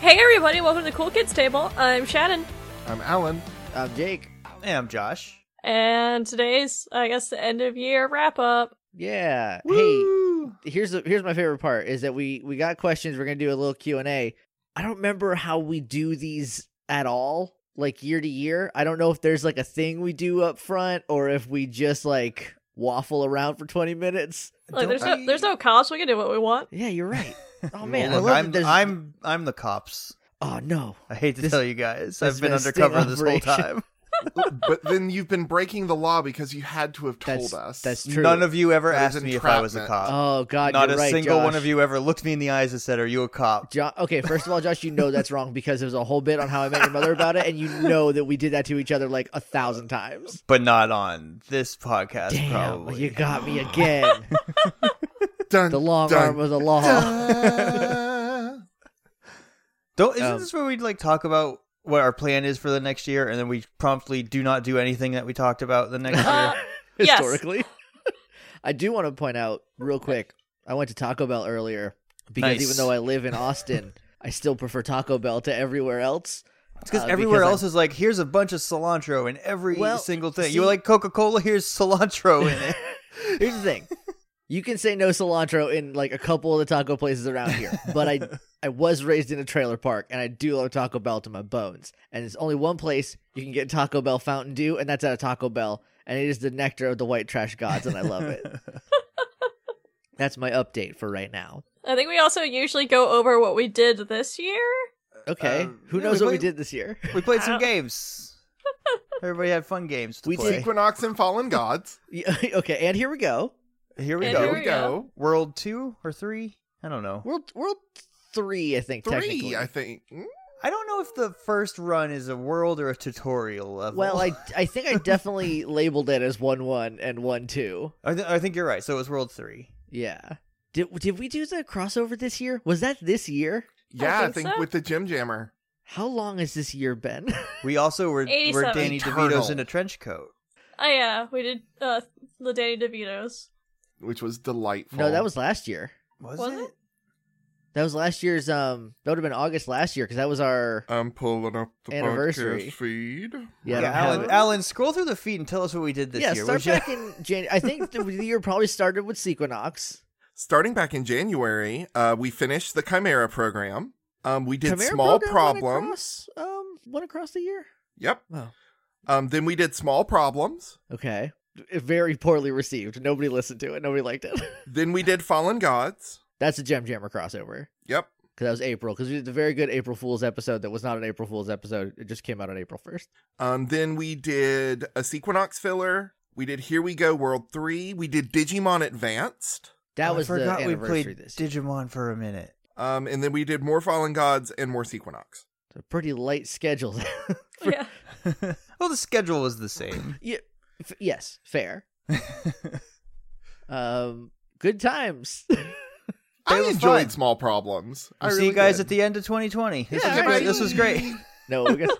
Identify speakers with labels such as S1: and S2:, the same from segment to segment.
S1: Hey everybody, welcome to the Cool Kids Table. I'm Shannon,
S2: I'm Alan.
S3: I'm Um, Jake.
S4: And I'm Josh.
S1: and today's, I guess, the end of year wrap up.
S3: Yeah.
S2: Woo!
S3: Hey, here's the, here's my favorite part is that we we got questions. We're gonna do a little Q and A. I don't remember how we do these at all, like year to year. I don't know if there's like a thing we do up front or if we just like waffle around for 20 minutes.
S1: Like,
S4: Don't
S1: there's no,
S4: we-
S1: there's no cops. We can do what we want.
S3: Yeah, you're right. Oh
S4: Well,
S3: man, I
S4: look,
S3: love that
S4: I'm
S3: there's-
S4: I'm I'm the cops.
S3: Oh no.
S4: I hate to
S3: This-
S4: tell you guys,
S3: this
S4: I've been
S3: has been a
S4: undercover
S3: sting
S4: this whole
S3: operation.
S4: time.
S2: but then you've been breaking the law because you had to have told
S3: That's
S2: us.
S3: that's true.
S4: None of you ever
S2: That is
S4: asked me if I was a
S2: entrapment.
S4: cop.
S3: Oh god,
S4: Not
S3: you're
S4: a
S3: right,
S4: single one
S3: Josh.
S4: of you ever looked me in the eyes and said, "Are you a cop?"
S3: Jo- okay, first of all, Josh, you know that's wrong because there's a whole bit on how I met your mother about it, and you know that we did that to each other like a thousand times.
S4: But not on this podcast,
S3: Damn,
S4: probably.
S3: you got me again.
S2: Dun,
S3: the long
S2: dun,
S3: arm of the law.
S2: dun.
S4: Don't isn't
S3: Um,
S4: this where we like talk about what our plan is for the next year, and then we promptly do not do anything that we talked about the next
S1: Uh,
S4: year?
S1: Yes.
S3: historically. I do want to point out real quick. I went to Taco Bell earlier because
S4: Nice.
S3: even though I live in Austin, I still prefer Taco Bell to everywhere else.
S4: It's because
S3: uh,
S4: everywhere
S3: because
S4: else is like, here's a bunch of cilantro in every
S3: Well,
S4: single thing.
S3: see-
S4: You're like Coca Cola, here's cilantro in it.
S3: Here's the thing. You can say no cilantro in like a couple of the taco places around here, but I I was raised in a trailer park and I do love Taco Bell to my bones. And there's only one place you can get Taco Bell Fountain Dew, and that's at a Taco Bell, and it is the nectar of the white trash gods, and I love it. that's my update for right now.
S1: I think we also usually go over what we did this year.
S3: Okay,
S4: Uh,
S2: Um,
S3: who
S4: yeah,
S3: knows
S4: we
S3: what we
S4: played-
S3: did this year?
S4: We played some
S1: Ow.
S4: games. Everybody had fun games to
S3: We
S4: play.
S3: did-
S2: Equinox and Fallen Gods.
S3: Yeah, okay, and here we go.
S4: Here we
S1: And
S4: go.
S1: here we go.
S4: World two or three? I don't know.
S3: World World Three, I think.
S2: Three,
S3: technically.
S2: I think. Mm,
S4: I don't know if the first run is a world or a tutorial level.
S3: Well, I I think I definitely labeled it as one one and one two.
S4: I, th- I think you're right. So it was world three.
S3: Yeah. Did did we do the crossover this year? Was that this year?
S2: Yeah, I
S1: think
S2: think,
S1: so.
S2: with the Gym Jammer.
S3: How long has this year been?
S4: We also were, were
S1: 87.
S4: Danny
S2: Eternal.
S4: DeVito's in a trench coat.
S1: Oh yeah, we did uh, the Danny DeVito's.
S2: Which was delightful.
S3: no, that was last year.
S4: Was,
S1: Was
S4: it?
S1: it?
S3: That was last year's. Um, that would have been August last year because that was our.
S4: Uh,
S2: I'm pulling up the
S3: Anniversary.
S2: podcast feed.
S3: Yeah, I
S4: Yeah,
S3: don't have
S4: Alan,
S3: it.
S4: Alan, scroll through the feed and tell us what we did this
S3: yeah,
S4: year.
S3: start
S4: would ya?
S3: back in January. I think the, the year probably started with Sequinox.
S2: Starting back in January, uh, we finished the Chimera program. Um, we did
S3: Chimera
S2: small
S3: Program went
S2: problems.
S3: across, um, went across the year.
S2: Yep.
S3: Oh.
S2: Um, then we did small problems.
S3: Okay, very poorly received. Nobody listened to it. Nobody liked it.
S2: Then we did Fallen Gods.
S3: That's a Gem Jammer crossover.
S2: Yep.
S3: Because that was April. Because we did the very good April Fool's episode that was not an April Fool's episode. It just came out on April 1st.
S2: Um, then we did a Sequinox filler. We did Here We Go World 3. We did Digimon Advanced.
S3: That
S4: Oh,
S3: was
S4: I
S3: the
S4: forgot we
S3: anniversary
S4: played
S3: this year.
S4: Digimon for a minute.
S2: Um, and then we did more Fallen Gods and more Sequinox.
S3: It's a pretty light schedule.
S1: Yeah,
S4: well, the schedule was the same.
S3: yeah, f- yes, fair. Um, good times.
S2: I
S4: was
S2: enjoyed
S4: fun.
S2: small problems. I
S4: We'll see
S2: really
S4: you guys
S2: did.
S4: at the end of 2020. This,
S2: Yeah,
S4: was, great.
S2: bye.
S4: this was great.
S3: no, we got-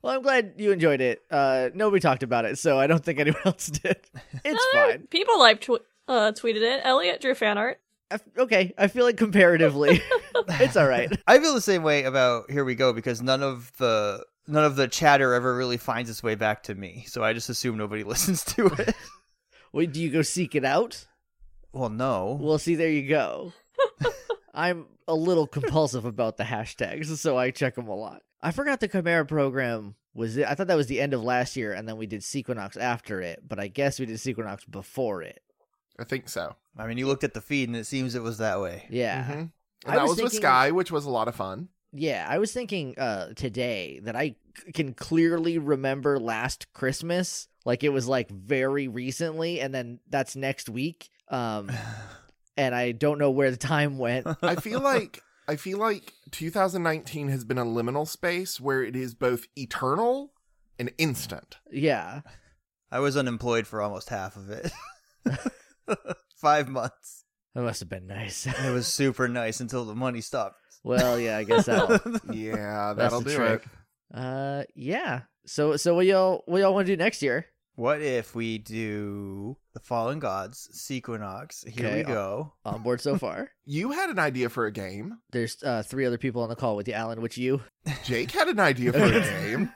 S3: well, I'm glad you enjoyed it. Uh, nobody talked about it, so I don't think anyone else did. It's
S1: Other
S3: fine.
S1: People live tw- uh, tweeted it. Elliot drew fan art.
S3: I f- okay, I feel like comparatively, it's all right.
S4: I feel the same way about Here We Go because none of the none of the chatter ever really finds its way back to me. So I just assume nobody listens to it.
S3: Wait, do you go seek it out?
S4: well, no.
S3: Well, see, there you go. I'm a little compulsive about the hashtags, so I check them a lot. I forgot the Chimera program was it. I thought that was the end of last year, and then we did Sequinox after it, but I guess we did Sequinox before it.
S2: I think so.
S4: I mean, you looked at the feed and it seems it was that way.
S3: Yeah.
S2: Mhm. And
S3: I
S2: that was,
S3: was
S2: with
S3: thinking-
S2: Sky, which was a lot of fun.
S3: Yeah, I was thinking uh today that I c- can clearly remember last Christmas, like it was like very recently and then that's next week. Um and I don't know where the time went.
S2: I feel like I feel like 2019 has been a liminal space where it is both eternal and instant.
S3: Yeah.
S4: I was unemployed for almost half of it. Five months.
S3: That must have been nice.
S4: It was super nice until the money stopped.
S3: well, yeah, I guess that'll
S2: Yeah,
S3: That's
S2: that'll
S3: the
S2: do
S3: trick.
S2: it.
S3: Uh yeah. So so what y'all what y'all want to do next year?
S4: What if we do the Fallen Gods, Sequinox? Here
S3: Okay, uh,
S4: we
S3: I'll-
S4: go.
S3: On board so far.
S2: You had an idea for a game.
S3: There's uh, three other people on the call with you, Alan, which you.
S2: Jake had an idea for a game.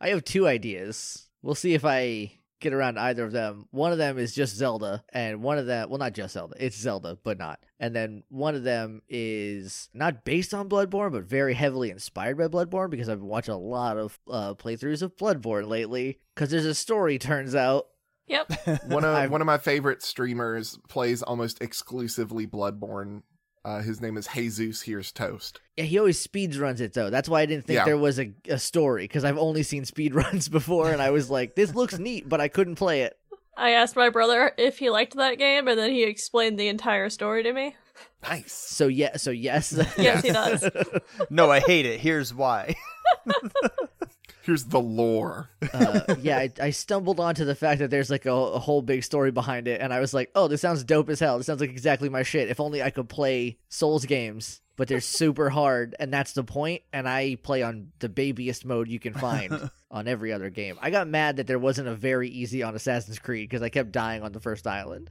S3: I have two ideas. We'll see if I get around to either of them. One of them is just Zelda, and one of them, well, not just Zelda. It's Zelda, but not. And then one of them is not based on Bloodborne, but very heavily inspired by Bloodborne because I've been watching a lot of uh, playthroughs of Bloodborne lately. Because there's a story, turns out.
S1: Yep.
S2: One
S3: I've-
S2: of one of my favorite streamers plays almost exclusively Bloodborne. Uh, his name is Jesus. Here's toast.
S3: Yeah, he always speeds runs it though. That's why I didn't think
S2: Yeah.
S3: there was a, a story because I've only seen speed runs before, and I was like, "This looks neat," but I couldn't play it.
S1: I asked my brother if he liked that game, and then he explained the entire story to me.
S2: Nice.
S3: So yeah, so yes,
S1: Yes, he does.
S4: no, I hate it. Here's why.
S2: Here's the lore.
S3: uh, yeah, I, I stumbled onto the fact that there's like a, a whole big story behind it, and I was like, "Oh, this sounds dope as hell. This sounds like exactly my shit. If only I could play Souls games." But they're super hard, and that's the point, And I play on the babyest mode you can find on every other game. I got mad that there wasn't a very easy on Assassin's Creed because I kept dying on the first island.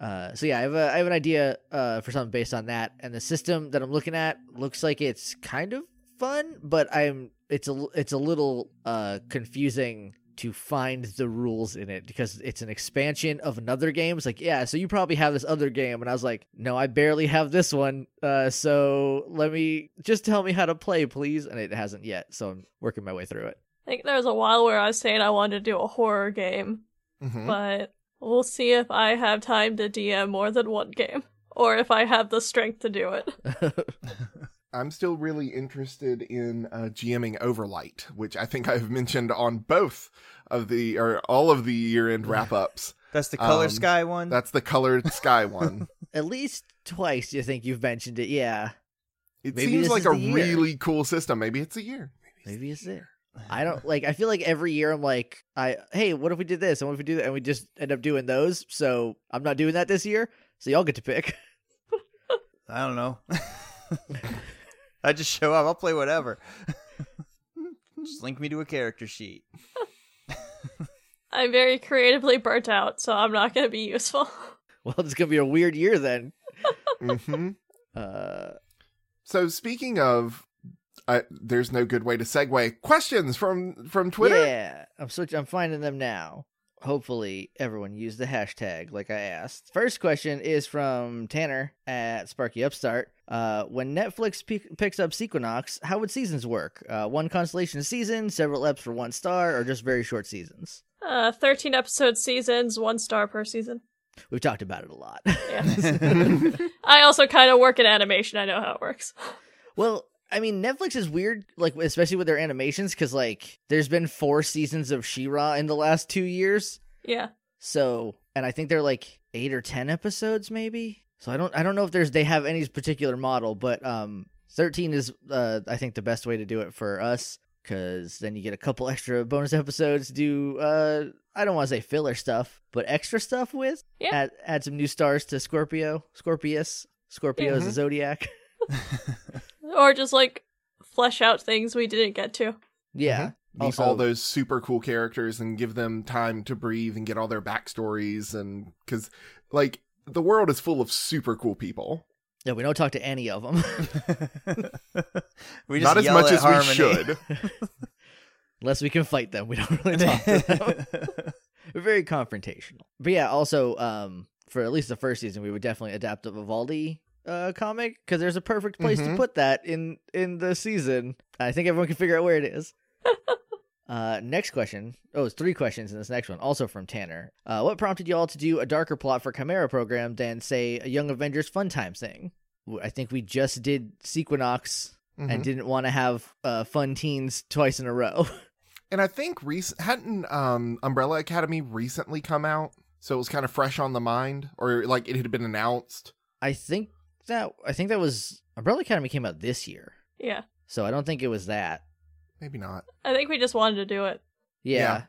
S3: Uh, so yeah, I have a, I have an idea uh, for something based on that, and the system that I'm looking at looks like it's kind of fun, but I'm it's a l- it's a little uh, confusing to find the rules in it because it's an expansion of another game. It's like yeah, so you probably have this other game, and I was like, no, I barely have this one. Uh, so let me just tell me how to play, please. And it hasn't yet, so I'm working my way through it.
S1: I think there was a while where I was saying I wanted to do a horror game,
S3: Hmm? Mm-hmm.
S2: Mhm.
S1: but we'll see if I have time to DM more than one game, or if I have the strength to do it.
S2: I'm still really interested in uh, GMing Overlight, which I think I've mentioned on both of the or all of the year-end wrap-ups.
S4: That's the color
S2: Um,
S4: sky one.
S2: That's the colored sky one.
S3: At least twice, you think you've mentioned it? Yeah,
S2: It
S3: Maybe
S2: seems
S3: this
S2: like
S3: is
S2: a
S3: the year.
S2: really cool system. Maybe it's a year.
S3: maybe it's it. I don't like. I feel like every year I'm like, I hey, what if we did this and what if we do that, and we just end up doing those. So I'm not doing that this year. So y'all get to pick.
S4: I don't know. I just show up. I'll play whatever. just link me to a character sheet.
S1: I'm very creatively burnt out, so I'm not going to be useful.
S3: Well, it's gonna be a weird year then.
S2: hmm
S3: Uh,
S2: So speaking of, uh, there's no good way to segue. Questions from from Twitter.
S3: Yeah, I'm switch. I'm finding them now. Hopefully, everyone used the hashtag like I asked. First question is from Tanner at Sparky Upstart. Uh, when Netflix pe- picks up Sequinox, how would seasons work? Uh, one constellation season, several eps for one star, or just very short seasons?
S1: Uh, 13 episode seasons, one star per season.
S3: We've talked about it a lot.
S1: Yeah. I also kind of work in animation. I know how it works.
S3: Well, I mean, Netflix is weird, like especially with their animations, because like there's been four seasons of She-Ra in the last two years.
S1: Yeah.
S3: So, and I think they're like eight or ten episodes, maybe. So I don't, I don't know if there's they have any particular model, but um, thirteen is, uh, I think the best way to do it for us, because then you get a couple extra bonus episodes. to Do uh, I don't want to say filler stuff, but extra stuff with.
S1: Yeah.
S3: Add, add some new stars to Scorpio, Scorpius. Scorpio is a
S2: Mhm.
S3: zodiac.
S1: Or just like flesh out things we didn't get to.
S3: Yeah.
S2: Meet
S3: Also-
S2: all those super cool characters and give them time to breathe and get all their backstories and because like the world is full of super cool people.
S3: Yeah, we don't talk to any of them
S4: we just
S2: Not as
S4: yell
S2: much
S4: at
S2: as
S4: Harmony.
S2: we should.
S3: unless we can fight them. We don't really talk to them. We're very confrontational. But yeah, also um, for at least the first season, we would definitely adapt the Vivaldi uh, comic because there's a perfect place to
S2: Mhm.
S3: put that in in the season. I think everyone can figure out where it is. Uh, next question. Oh, it's three questions in this next one, also from Tanner. Uh, what prompted y'all to do a darker plot for Chimera program than, say, a Young Avengers Fun Time thing? W- I think we just did Sequinox
S2: Mhm.
S3: and
S2: And,
S3: didn't want to have uh, fun teens twice in a row.
S2: I think recent hadn't um, Umbrella Academy recently come out, so it was kind of fresh on the mind, or like it had been announced.
S3: I think that I think that was Umbrella Academy came out this year,
S1: Yeah.
S3: so I don't think it was that.
S2: Maybe not.
S1: I think we just wanted to do it.
S3: Yeah,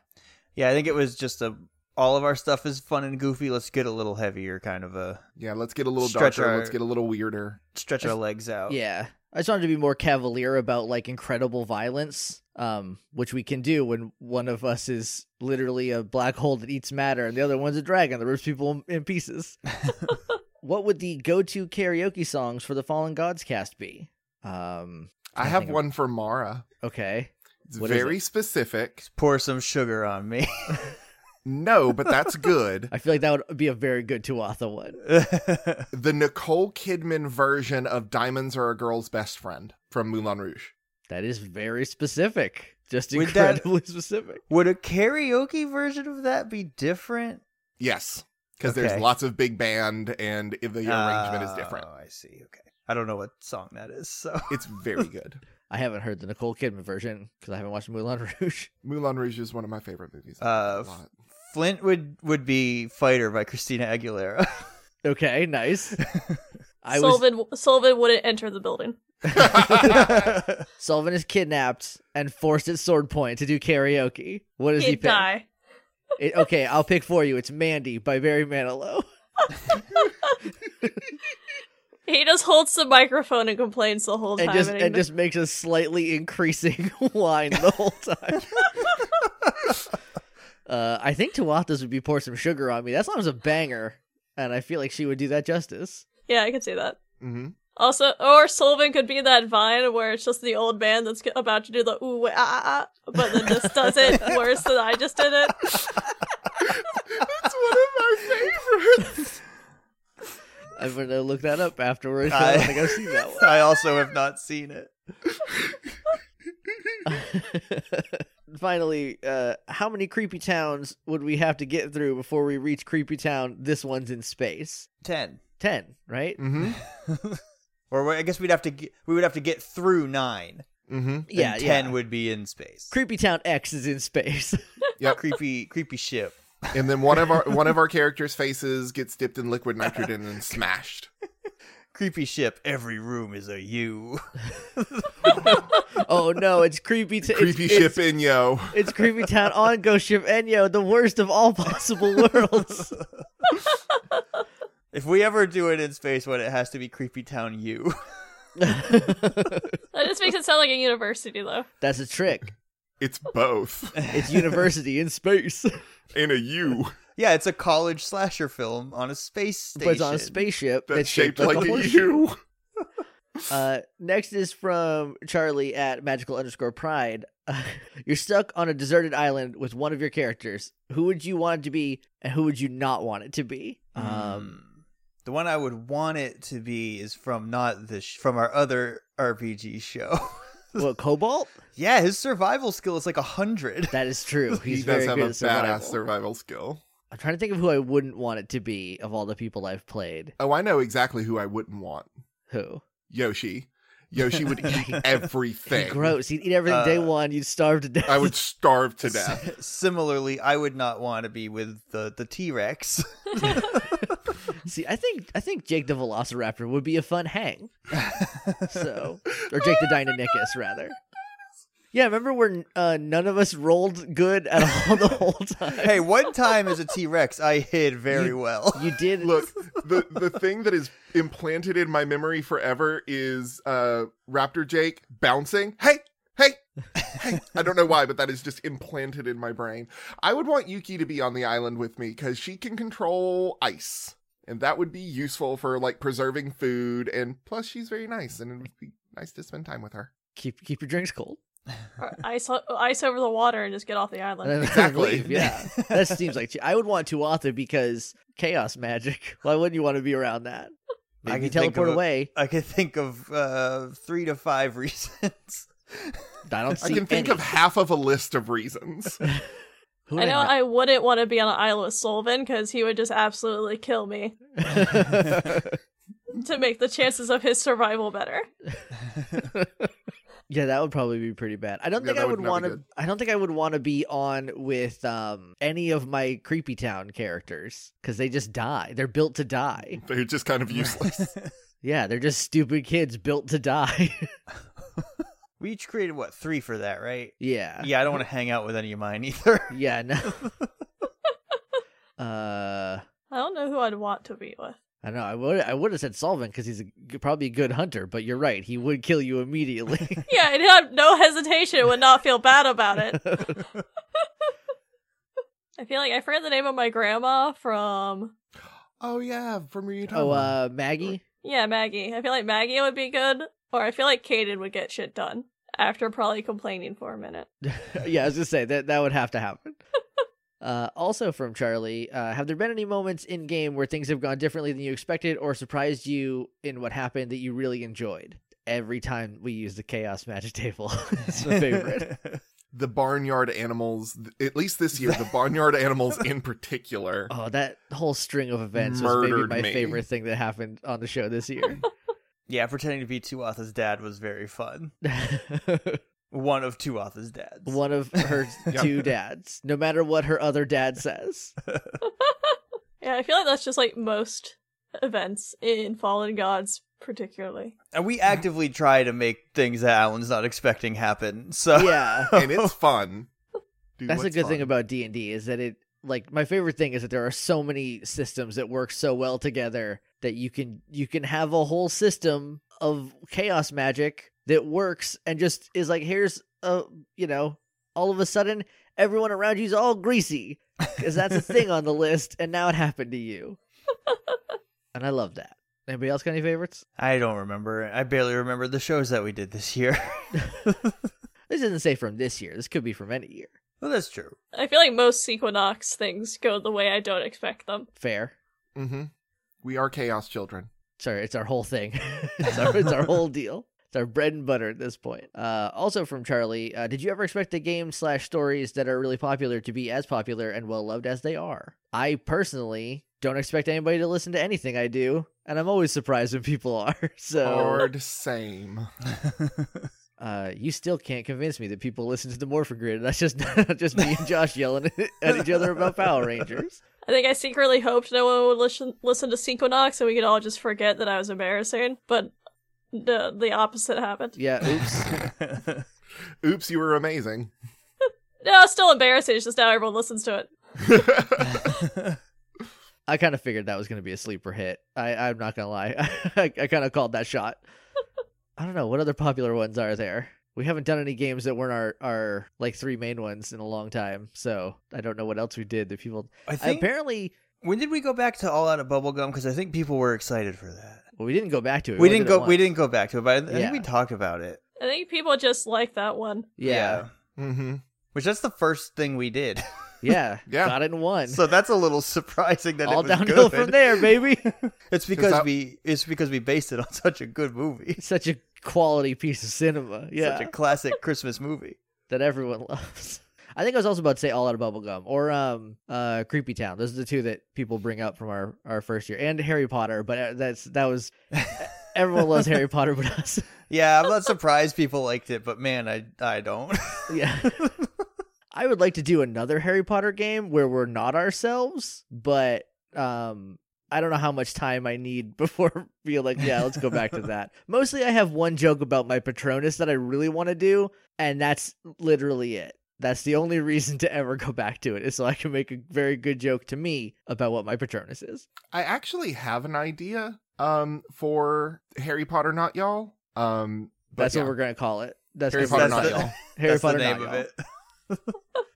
S4: yeah, I think it was just a all of our stuff is fun and goofy. Let's get a little heavier, kind of a
S2: Yeah, let's get a little
S4: Stretch
S2: darker.
S4: our-
S2: Let's get a little weirder.
S4: stretch our legs out.
S3: yeah. I just wanted to be more cavalier about like incredible violence um, which we can do when one of us is literally a black hole that eats matter and the other one's a dragon that rips people in pieces. what would the go-to karaoke songs for the Fallen Gods cast be? Um,
S2: I
S3: I
S2: have
S3: think of-
S2: one for Mara.
S3: okay.
S2: It's
S3: What is
S2: very specific.
S4: Pour some sugar on me.
S2: No, but that's good.
S3: I feel like that would be a very good Tuatha one.
S2: the Nicole Kidman version of Diamonds Are a Girl's Best Friend from Moulin Rouge.
S3: That is very specific. Just
S4: Would that-
S3: incredibly specific.
S4: Would a karaoke version of that be different?
S2: Yes, because
S4: Okay.
S2: there's lots of big band and the arrangement is different.
S4: Oh, I see. Okay. I don't know what song that is, so
S2: It's very good.
S3: I haven't heard the Nicole Kidman version because I haven't watched Moulin Rouge.
S2: Moulin Rouge is one of my favorite movies. I
S4: Uh,
S2: like it a lot.
S4: Flint would would be Fighter by Christina Aguilera.
S3: Okay, nice. I was
S1: Sylvan, Sylvan wouldn't enter the building.
S3: Sullivan is kidnapped and forced at sword point to do karaoke. What does he
S1: He'd
S3: pick?
S1: die.
S3: It- okay, I'll pick for you. It's Mandy by Barry Manilow.
S1: He just holds the microphone and complains the whole time.
S3: and just
S1: and
S3: and,
S1: he kn-
S3: just makes a slightly increasing line the whole time. uh, I think Tuathas would be pour some sugar on me. That song's a banger, and I feel like she would do that justice.
S1: yeah, I could see that.
S2: Mhm.
S1: Also, or Sylvan could be that vine where it's just the old man that's g- about to do the ooh ah, ah, ah, but then just does it worse than I just did it.
S2: That's one of my favorites.
S3: I'm gonna look that up afterwards. I,
S4: I-
S3: don't think I've seen that one.
S4: I also have not seen it.
S3: Finally, uh, how many creepy towns would we have to get through before we reach creepy town? This one's in space.
S4: Ten.
S3: Ten, right?
S2: Mhm.
S4: Or we- I guess we'd have to get, we would have to get through nine.
S2: Mhm.
S4: and ten would be in space.
S3: Creepy Town X is in space.
S4: creepy, creepy ship.
S2: And then one of our one of our characters' faces gets dipped in liquid nitrogen and smashed.
S4: Creepy ship. Every room is a U.
S3: oh no, it's Creepy Town.
S2: Creepy
S3: it's,
S2: ship in yo.
S3: It's Creepy Town on Ghost Ship Enyo, the worst of all possible worlds.
S4: If we ever do it in space, what it has to be Creepy Town U.
S1: That just makes it sound like a university, though.
S3: That's a trick.
S2: It's both
S3: It's university in space,
S2: in a U
S4: yeah, it's a college slasher film on a space station.
S3: but it's on a spaceship
S2: that's shaped
S3: like,
S2: like a
S3: a horseshoe.
S2: U.
S3: Uh, next is from Charlie at magical underscore pride. you're stuck on a deserted island with one of your characters. Who would you want it to be, and who would you not want it to be?
S2: Hmm.
S3: Um,
S4: Um, the one I would want it to be is from not this sh- from our other RPG show.
S3: well, Cobalt.
S4: yeah, his survival skill is like a hundred.
S3: That is true. He's
S2: he
S3: very
S2: does have
S3: good
S2: a
S3: at survival.
S2: badass survival skill.
S3: I'm trying to think of who I wouldn't want it to be of all the people I've played.
S2: Oh, I know exactly who I wouldn't want.
S3: Who?
S2: Yoshi. Yoshi would eat everything.
S3: Gross. You'd eat everything day
S4: Uh,
S3: one. You'd starve to death.
S2: I would starve to death.
S4: Similarly, I would not want to be with the the T Rex.
S3: see. I think I think Jake the Velociraptor would be a fun hang. So, or Jake the Deinonychus rather. Yeah, remember where uh, none of us rolled good at all the whole time.
S4: hey, one time as a T Rex, I hid very
S3: You-
S4: well.
S3: you did
S2: Look, the the thing that is implanted in my memory forever is uh Raptor Jake bouncing. Hey, hey, hey. I don't know why, but that is just implanted in my brain. I would want Yuki to be on the island with me cuz she can control ice. And that would be useful for like preserving food and plus she's very nice and it would be nice to spend time with her.
S3: keep keep your drinks cold.
S1: Or ice, ice over the water and just get off the
S3: And
S1: island.
S3: then
S2: Exactly.
S3: leave, Yeah, that seems like I would want Tuatha because chaos magic. Why wouldn't you want to be around that?
S4: I
S3: I can
S4: could think
S3: teleport
S4: of a-
S3: away.
S4: I could think of uh, three to five reasons.
S3: I don't see.
S2: I can think
S3: any.
S2: of half of a list of reasons.
S3: Who
S1: I
S3: would
S1: know
S3: not-
S1: I wouldn't want to be on an island with Sylvan because he would just absolutely kill me to make the chances of his survival better.
S3: yeah, that would probably be pretty bad. I don't
S2: Yeah,
S3: think
S2: that
S3: I
S2: would
S3: would
S2: not be
S3: want to.
S2: good.
S3: I don't think I would want to be on with um, any of my creepy town characters because they just die. They're built to die.
S2: They're just kind of useless.
S3: Yeah, they're just stupid kids built to die.
S4: we each created what three for that, right?
S3: yeah.
S4: Yeah, I don't want to hang out with any of mine either.
S3: Yeah, no. uh
S1: I don't know who I'd want to be with.
S3: I know. I would. I would have said Solvent because he's a, g- probably a good hunter. But you're right. He would kill you immediately.
S1: Yeah, it had no hesitation. It would not feel bad about it. I feel like I forgot the name of my grandma from
S2: Oh yeah, from Ryutama.
S3: oh, uh, Maggie.
S1: yeah Maggie. I feel like Maggie would be good, or I feel like Kaden would get shit done after probably complaining for a minute.
S3: yeah, I was just say that that would have to happen. Uh, also from Charlie, uh, have there been any moments in game where things have gone differently than you expected, or surprised you in what happened that you really enjoyed? Every time we use the chaos magic table, it's my favorite.
S2: the barnyard animals, th- at least this year, the barnyard animals in particular.
S3: Oh, that whole string of events was
S2: Murdered
S3: maybe my
S2: me.
S3: favorite thing that happened on the show this year.
S4: yeah, pretending to be Tuatha's dad was very fun. One of Tuatha's dads.
S3: One of her two dads, no matter what her other dad says.
S1: Yeah, I feel like that's just like most events in Fallen Gods, particularly.
S4: And we actively try to make things that Alan's not expecting happen. So
S3: Yeah.
S2: and it's fun. Dude,
S3: That's a
S2: what's
S3: good
S2: fun?
S3: thing about D and D is that it like my favorite thing is that there are so many systems that work so well together that you can you can have a whole system of chaos magic that works and just is like here's a you know all of a sudden everyone around you's all greasy because that's a thing on the list and now it happened to you and I love that. Anybody else got any favorites?
S4: I don't remember. I barely remember the shows that we did this year.
S3: This doesn't say from this year. This could be from any year.
S4: well, that's true.
S1: I feel like most Sequinox things go the way I don't expect them.
S3: Fair.
S2: Mm-hmm. We are chaos children.
S3: Sorry, it's our whole thing. it's, our, it's our whole deal. It's our bread and butter at this point. Uh, also from Charlie, uh, did you ever expect the game slash stories that are really popular to be as popular and well loved as they are? I personally don't expect anybody to listen to anything I do, and I'm always surprised when people are. So
S2: Hard same.
S3: uh, you still can't convince me that people listen to the Morphin Grid. That's just just me and Josh yelling at each other about Power Rangers.
S1: I think I secretly hoped no one would listen listen to Sequinox and we could all just forget that I was embarrassing, but the the opposite happened.
S3: Yeah, oops.
S2: Oops, you were amazing.
S1: No, it's still embarrassing. It's just now everyone listens to it.
S2: Mm-hmm.
S3: I kind of figured that was going to be a sleeper hit. I, I'm not going to lie. I, I kind of called that shot. I don't know. What other popular ones are there? We haven't done any games that weren't our, our like three main ones in a long time. So I don't know what else we did that people.
S4: I think.
S3: apparently,
S4: when did we go back to All Out of Bubblegum? Because I think people were excited for that.
S3: well, we didn't go back to it.
S4: We, didn't
S3: only
S4: go.
S3: did it
S4: We
S3: once.
S4: didn't go back to it, but I, I
S3: Yeah.
S4: think we talked about it.
S1: I think people just like that one.
S3: Yeah.
S2: Mm-hmm.
S4: Which that's the first thing we did.
S3: Yeah.
S2: Yeah.
S3: Got it in one.
S4: so that's a little surprising that it
S3: All
S4: was
S3: downhill
S4: good.
S3: from there, baby.
S4: It's because
S2: that-
S4: we it's because we based it on such a good movie.
S3: Such a quality piece of cinema. Yeah.
S4: Such a classic Christmas movie.
S3: that everyone loves. I think I was also about to say All Out of Bubblegum or um uh Creepy Town. Those are the two that people bring up from our our first year and Harry Potter, but uh, that's that was everyone loves Harry Potter but us.
S4: Yeah, I'm not surprised people liked it, but man, I I don't.
S3: yeah. I would like to do another Harry Potter game where we're not ourselves, but um I don't know how much time I need before being like, yeah, let's go back to that. Mostly I have one joke about my Patronus that I really want to do, and that's literally it. That's the only reason to ever go back to it is so I can make a very good joke to me about what my Patronus is.
S2: I actually have an idea um for Harry Potter not y'all. Um but
S3: That's
S2: yeah.
S3: what we're gonna call it. That's
S2: Harry
S3: that's
S2: Potter
S3: the-
S2: not
S4: the-
S2: y'all.
S3: Harry
S4: that's
S3: Potter
S4: the name
S3: not
S4: of
S3: y'all.
S4: it.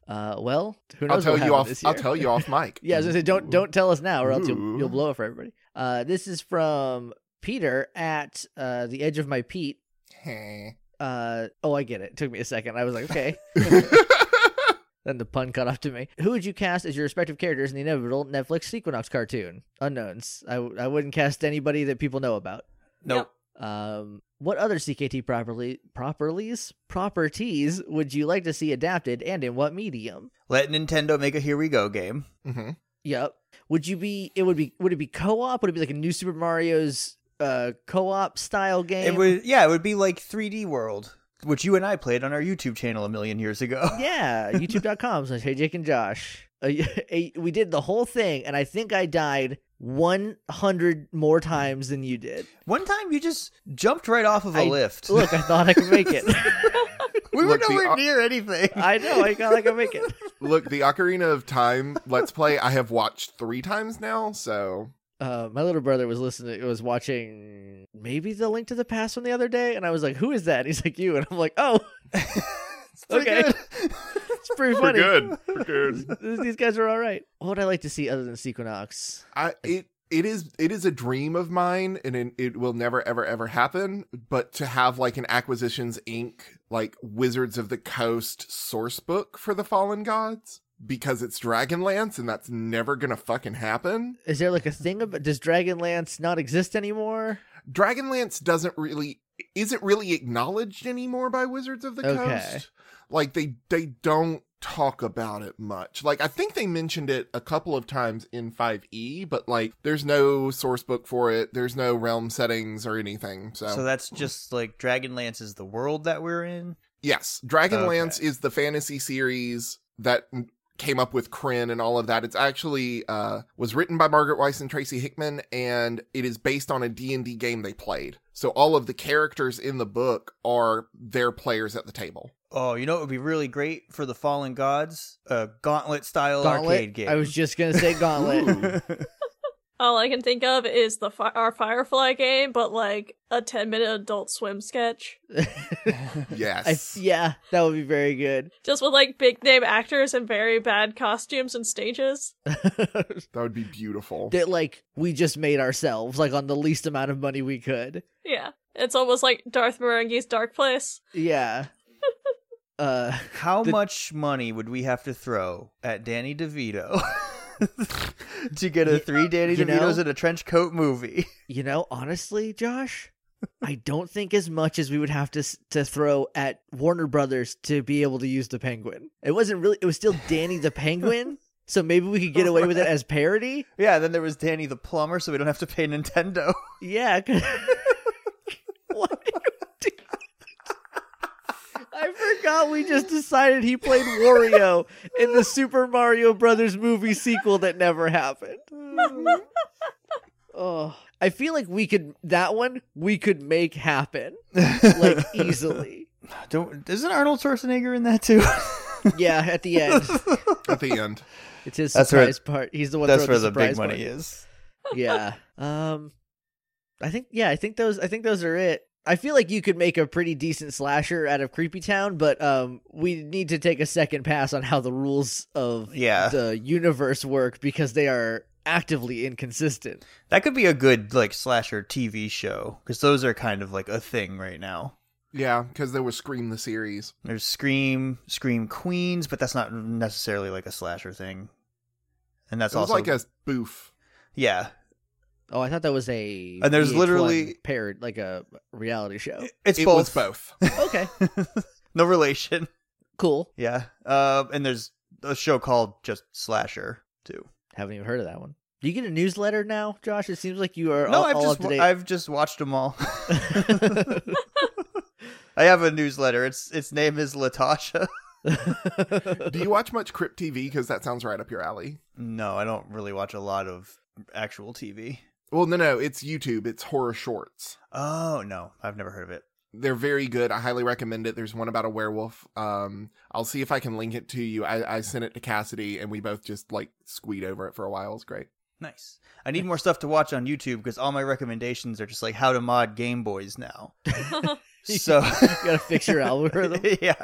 S3: Uh, well, who knows?
S2: I'll tell
S3: what
S2: you
S3: happened
S2: off
S3: This year.
S2: I'll tell you off mic.
S3: Yeah, I was gonna say don't don't tell us now, or else
S2: Ooh.
S3: you'll, you'll blow it for everybody. Uh, this is from Peter at uh, the edge of my Pete. Uh, oh, I get it. Took me a second. I was like, okay.
S2: Mm-hmm.
S3: then the pun cut off to me. Who would you cast as your respective characters in the inevitable Netflix Sequinox cartoon? Unknowns. I, w- I wouldn't cast anybody that people know about.
S4: Nope.
S3: Um, what other CKT properly properlies properties would you like to see adapted, and in what medium?
S4: Let Nintendo make a Here We Go game.
S2: hmm
S3: Yep. Would you be? It would be. Would it be co-op? Would it be like a new Super Mario's uh co-op style game?
S4: It would yeah, it would be like 3D World, which you and I played on our YouTube channel a million years ago.
S3: Yeah. YouTube.com slash Hey Jake and Josh. Uh, y- we did the whole thing, and I think I died one hundred more times than you did.
S4: One time you just jumped right off of a
S3: I-
S4: lift.
S3: Look, I thought I could make it.
S4: we were
S2: Look, the
S4: nowhere
S2: o-
S4: near anything.
S3: I know. I thought I could make it.
S2: Look, the Ocarina of Time Let's Play I have watched three times now, so
S3: uh, my little brother was listening was watching maybe the link to the past one the other day and i was like who is that and he's like you and i'm like oh
S4: it's pretty
S3: Okay.
S4: good.
S3: it's pretty
S2: We're
S3: funny
S2: good. We're good.
S3: these guys are all right what would i like to see other than sequinox
S2: I it it is it is a dream of mine, and it, it will never ever ever happen. But to have like an Acquisitions Inc. like Wizards of the Coast source book for the Fallen Gods because it's Dragonlance, and that's never gonna fucking happen.
S3: is there like a thing about does dragonlance not exist anymore
S2: Dragonlance doesn't really isn't really acknowledged anymore by Wizards of the
S3: Okay.
S2: Coast. Like they they don't talk about it much. Like I think they mentioned it a couple of times in 5e, but like there's no source book for it. There's no realm settings or anything. So,
S4: So that's just like Dragonlance is the world that we're in.
S2: yes, Dragonlance is the fantasy series that m- came up with Kryn and all of that. It's actually uh was written by Margaret Weiss and Tracy Hickman and it is based on a D&D game they played. So all of the characters in the book are their players at the table.
S4: Oh, you know what would be really great for the Fallen Gods? A gauntlet style arcade
S3: gauntlet
S4: game.
S3: i was just gonna say gauntlet
S1: All I can think of is the fi- our Firefly game, but like a ten minute Adult Swim sketch,
S3: I,
S2: Yes.
S3: yeah that would be very good
S1: just with like big name actors and very bad costumes and stages.
S2: that would be beautiful.
S3: that like we just made ourselves like on the least amount of money we could
S1: Yeah, it's almost like Darth Marenghi's Dark Place.
S3: yeah uh
S4: How
S3: The-
S4: much money would we have to throw at Danny DeVito to get a three Danny
S3: you know-
S4: DeVitos in a trench coat movie?
S3: you know honestly josh i don't think as much as we would have to s- to throw at warner brothers to be able to use the penguin it wasn't really it was still danny the penguin so maybe we could get away with it as parody
S4: Yeah, then there was Danny the plumber, so we don't have to pay Nintendo.
S3: yeah Why do you do- I forgot we just decided he played Wario in the Super Mario Brothers movie sequel that never happened. Oh, I feel like we could that one we could make happen like easily.
S4: don't isn't Arnold Schwarzenegger in that too?
S3: Yeah, at the end,
S2: at the end.
S3: it's his
S4: That's where-
S3: surprise part. He's the one.
S4: That's
S3: that wrote the,
S4: where the big
S3: surprise
S4: money
S3: part.
S4: is.
S3: yeah. Um, I think yeah, I think those I think those are it. I feel like you could make a pretty decent slasher out of Creepy Town, but um, we need to take a second pass on how the rules of
S4: Yeah.
S3: the universe work because they are actively inconsistent.
S4: That could be a good like slasher TV show because those are kind of like a thing right now.
S2: Yeah, because they were Scream the series.
S4: There's Scream, Scream Queens, but that's not necessarily like a slasher thing. And that's
S2: it was
S4: also
S2: like a spoof.
S4: yeah.
S3: Oh, I thought that was a
S4: And there's
S3: VH1
S4: literally-
S3: paired like a reality show.
S4: It's
S2: it
S4: both.
S2: was
S3: okay,
S4: no relation.
S3: cool.
S4: Yeah. Uh, and there's a show called just Slasher too.
S3: Haven't even heard of that one. Do you get a newsletter now, Josh? It seems like you are
S4: no,
S3: all,
S4: I've
S3: all
S4: just
S3: up to date.
S4: I've just watched them all. I have a newsletter. Its its name is Latasha.
S2: both. Do you watch much Crypt TV? Because that sounds right up your alley.
S4: No, I don't really watch a lot of actual TV.
S2: Well, no, no, it's YouTube. It's horror shorts.
S4: Oh no, I've never heard of it.
S2: They're very good. I highly recommend it. There's one about a werewolf. Um, I'll see if I can link it to you. I, I sent it to Cassidy, and we both just like squeed over it for a while. It's great.
S4: Nice. I need more stuff to watch on YouTube because all my recommendations are just like how to mod Game Boys now. so
S3: you gotta fix your algorithm.
S4: yeah.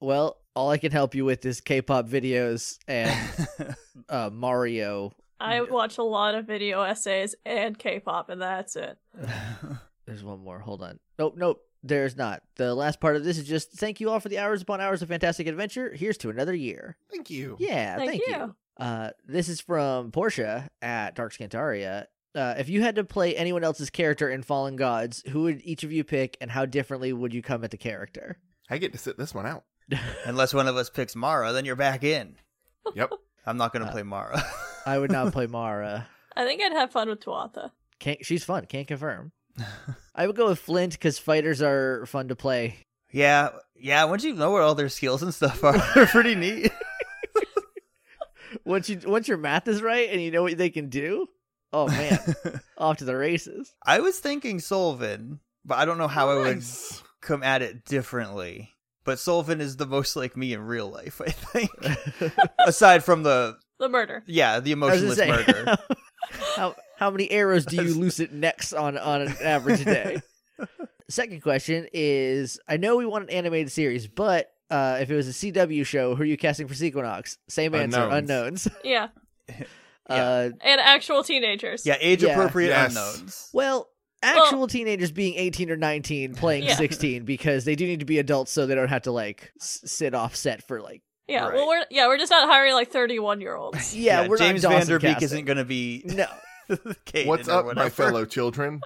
S3: Well, all I can help you with is K-pop videos and uh, Mario.
S1: I watch a lot of video essays and K-pop, and that's it.
S3: There's one more. Hold on. Nope, nope. There's not. The last part of this is just thank you all for the hours upon hours of fantastic adventure. Here's to another year.
S2: Thank you.
S3: Yeah,
S1: Thank
S3: thank, you.
S1: you.
S3: Uh, this is from Portia at Dark Scantaria. Uh, if you had to play anyone else's character in Fallen Gods, who would each of you pick, and how differently would you come at the character?
S2: I get to sit this one out.
S4: Unless one of us picks Mara, then you're back in.
S2: Yep.
S4: I'm not gonna
S3: Uh,
S4: play Mara.
S3: I would not play Mara.
S1: I think I'd have fun with Tuatha.
S3: Can't she's fun? Can't confirm. I would go with Flint because fighters are fun to play.
S4: yeah, yeah. Once you know what all their skills and stuff are, they're pretty neat.
S3: once you once your math is right and you know what they can do, oh man, off to the races.
S4: I was thinking Solvin, but I don't know how I would
S2: Nice.
S4: come at it differently. But Solvin is the most like me in real life, I think. Aside from the
S1: The murder.
S4: yeah, the
S3: I was gonna
S4: emotionless
S3: say,
S4: murder.
S3: how How many arrows do you lucid necks on on an average day? Second question is: I know we want an animated series, but uh, if it was a CW show, who are you casting for Sequinox? Same answer:
S2: Unknowns.
S3: unknowns.
S1: Yeah.
S3: Uh,
S1: And actual teenagers.
S4: Yeah, age appropriate
S2: Yes.
S4: unknowns.
S3: well,
S1: Well-
S3: actual teenagers being eighteen or nineteen playing
S1: Yeah.
S3: sixteen because they do need to be adults, so they don't have to like s- sit off set for like.
S1: Yeah.
S4: Right.
S1: Well, we're yeah we're just not hiring like thirty one year olds.
S3: Yeah, we're
S4: James
S3: not Dawson
S4: Vanderbeek
S3: casting.
S4: isn't going to be
S3: No,
S4: Caden
S2: What's
S4: or
S2: up,
S4: whatever.
S2: my fellow children?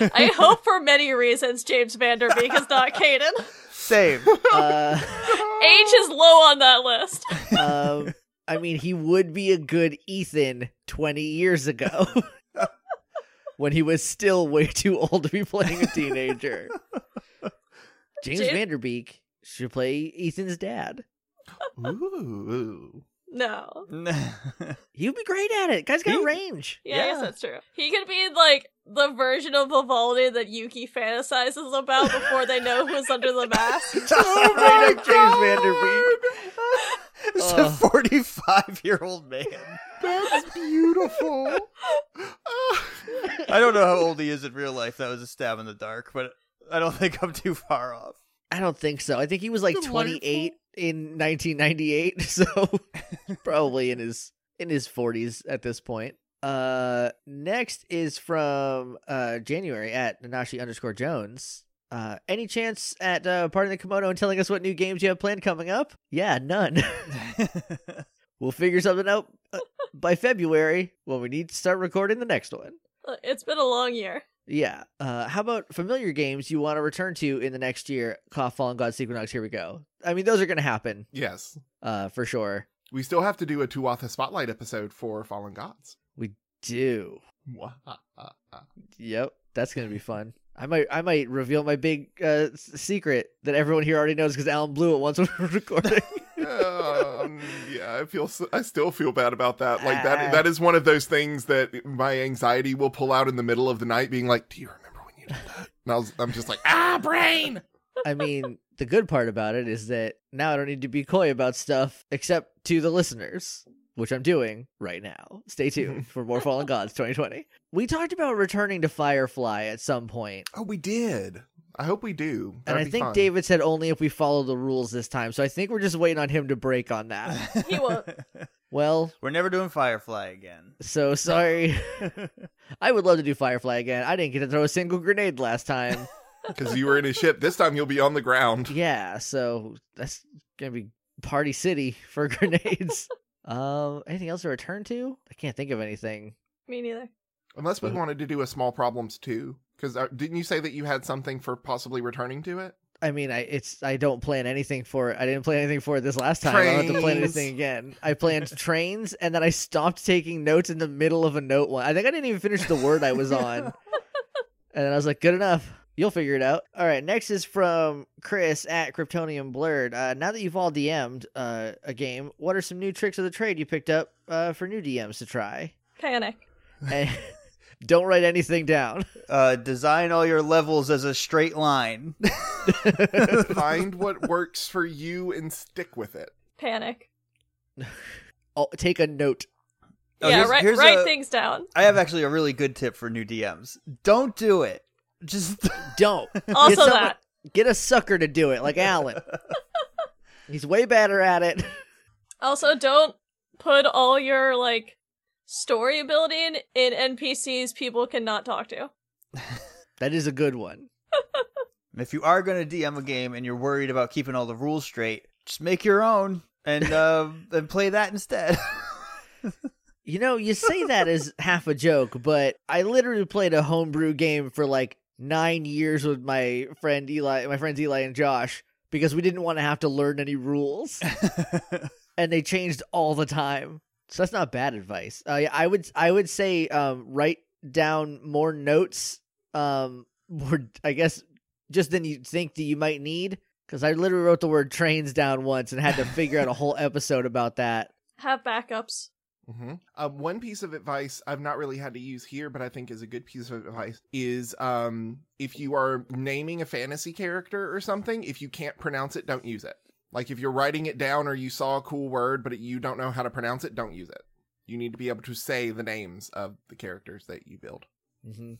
S1: I hope for many reasons James Vanderbeek is not Caden.
S4: Same.
S3: uh,
S1: Age is low on that list.
S3: um, I mean, he would be a good Ethan 20 years ago when he was still way too old to be playing a teenager. James
S1: Dude.
S3: Vanderbeek should play Ethan's dad.
S2: Ooh.
S1: No.
S3: He'd be great at it. Guy's got
S4: He-
S3: range.
S1: Yeah, I guess
S4: Yeah.
S1: that's true. He could be like the version of Vivaldi that Yuki fantasizes about before they know who's under the mask.
S4: oh
S3: Straight up James Vanderbeek.
S4: It's
S3: Ugh.
S4: a 45 year old man.
S2: That's beautiful. Ah.
S4: I don't know how old he is in real life. That was a stab in the dark, but I don't think I'm too far off.
S3: I don't think so. I think he was like
S2: Wonderful.
S3: 28 in 1998, so probably in his in his 40s at this point. Uh, next is from uh January at Nanashi underscore Jones. Uh, any chance at uh, parting the kimono and telling us what new games you have planned coming up? Yeah, none. we'll figure something out uh, by February when we need to start recording the next one.
S1: Uh, It's been a long year.
S3: Yeah. Uh, how about familiar games you want to return to in the next year? Cough, Fallen God, Sequinox, here we go. I mean, those are going to happen
S2: yes.
S3: uh, for sure.
S2: We still have to do a Tuatha Spotlight episode for Fallen Gods.
S3: Do.
S2: Wah, ah, ah, ah.
S3: Yep. That's going to be fun. I might I might reveal my big uh, s- secret that everyone here already knows because Alan blew it once we were recording.
S2: um, yeah, I feel so, I still feel bad about that. Like
S3: Ah.
S2: that that is one of those things that my anxiety will pull out in the middle of the night, being like, "Do you remember when you did that?" And I was, I'm just like, "Ah, brain."
S3: I mean, the good part about it is that now I don't need to be coy about stuff except to the listeners, which I'm doing right now. Stay tuned for more Fallen Gods 2020. We talked about returning to Firefly at some point.
S2: Oh, we did. I hope we do.
S3: And
S2: That'd
S3: I
S2: be
S3: think
S2: fun.
S3: David said only if we follow the rules this time. So I think we're just waiting on him to break on that.
S1: He won't.
S3: well,
S4: We're never doing Firefly again.
S3: so sorry. I would love to do Firefly again. I didn't get to throw a single grenade last time.
S2: because you were in a ship. This time you'll be on the ground.
S3: yeah, so that's gonna be Party City for grenades. um, anything else to return to? I can't think of anything.
S1: Me neither.
S2: Unless
S3: Mm.
S2: we wanted to do a small problems too. Because uh, didn't you say that you had something for possibly returning to it?
S3: I mean, I it's I don't plan anything for it. I didn't plan anything for it this last time. I don't have to plan
S2: Trains.
S3: anything again. I planned trains, and then I stopped taking notes in the middle of a note one. I think I didn't even finish the word I was on, and then I was like, "Good enough, you'll figure it out." All right, next is from Chris at Kryptonium Blurred. Uh, now that you've all DM'd uh, a game, what are some new tricks of the trade you picked up uh, for new DMs to try?
S1: Panic.
S3: And don't write anything down.
S4: Uh, design all your levels as a straight line.
S2: Find what works for you and stick with it.
S1: Panic.
S3: Oh, take a note.
S4: Oh,
S1: yeah,
S4: here's-
S1: write,
S4: here's
S1: write
S4: a-
S1: things down.
S4: I have actually a really good tip for new DMs. Don't do it. Just
S3: Don't.
S1: Also
S3: someone-
S1: that.
S3: Get a sucker to do it, like Alan. He's way better at it.
S1: Also don't put all your like story building in NPCs people cannot talk to.
S3: That is a good one.
S4: if you are going to DM a game and you're worried about keeping all the rules straight, just make your own and uh, and play that instead.
S3: You know, you say that as half a joke, but I literally played a homebrew game for like nine years with my friend Eli, my friends Eli and Josh, because we didn't want to have to learn any rules, and they changed all the time. So that's not bad advice. Uh, yeah, I would, I would say, um, write down more notes, um, more, I guess, just than you think that you might need. Because I literally wrote the word trains down once and had to figure out a whole episode about that.
S1: Have backups.
S2: Mm-hmm. Um, one piece of advice I've not really had to use here, but I think is a good piece of advice is um, if you are naming a fantasy character or something, if you can't pronounce it, don't use it. Like if you're writing it down or you saw a cool word, but you don't know how to pronounce it, don't use it. You need to be able to say the names of the characters that you build.
S3: hmm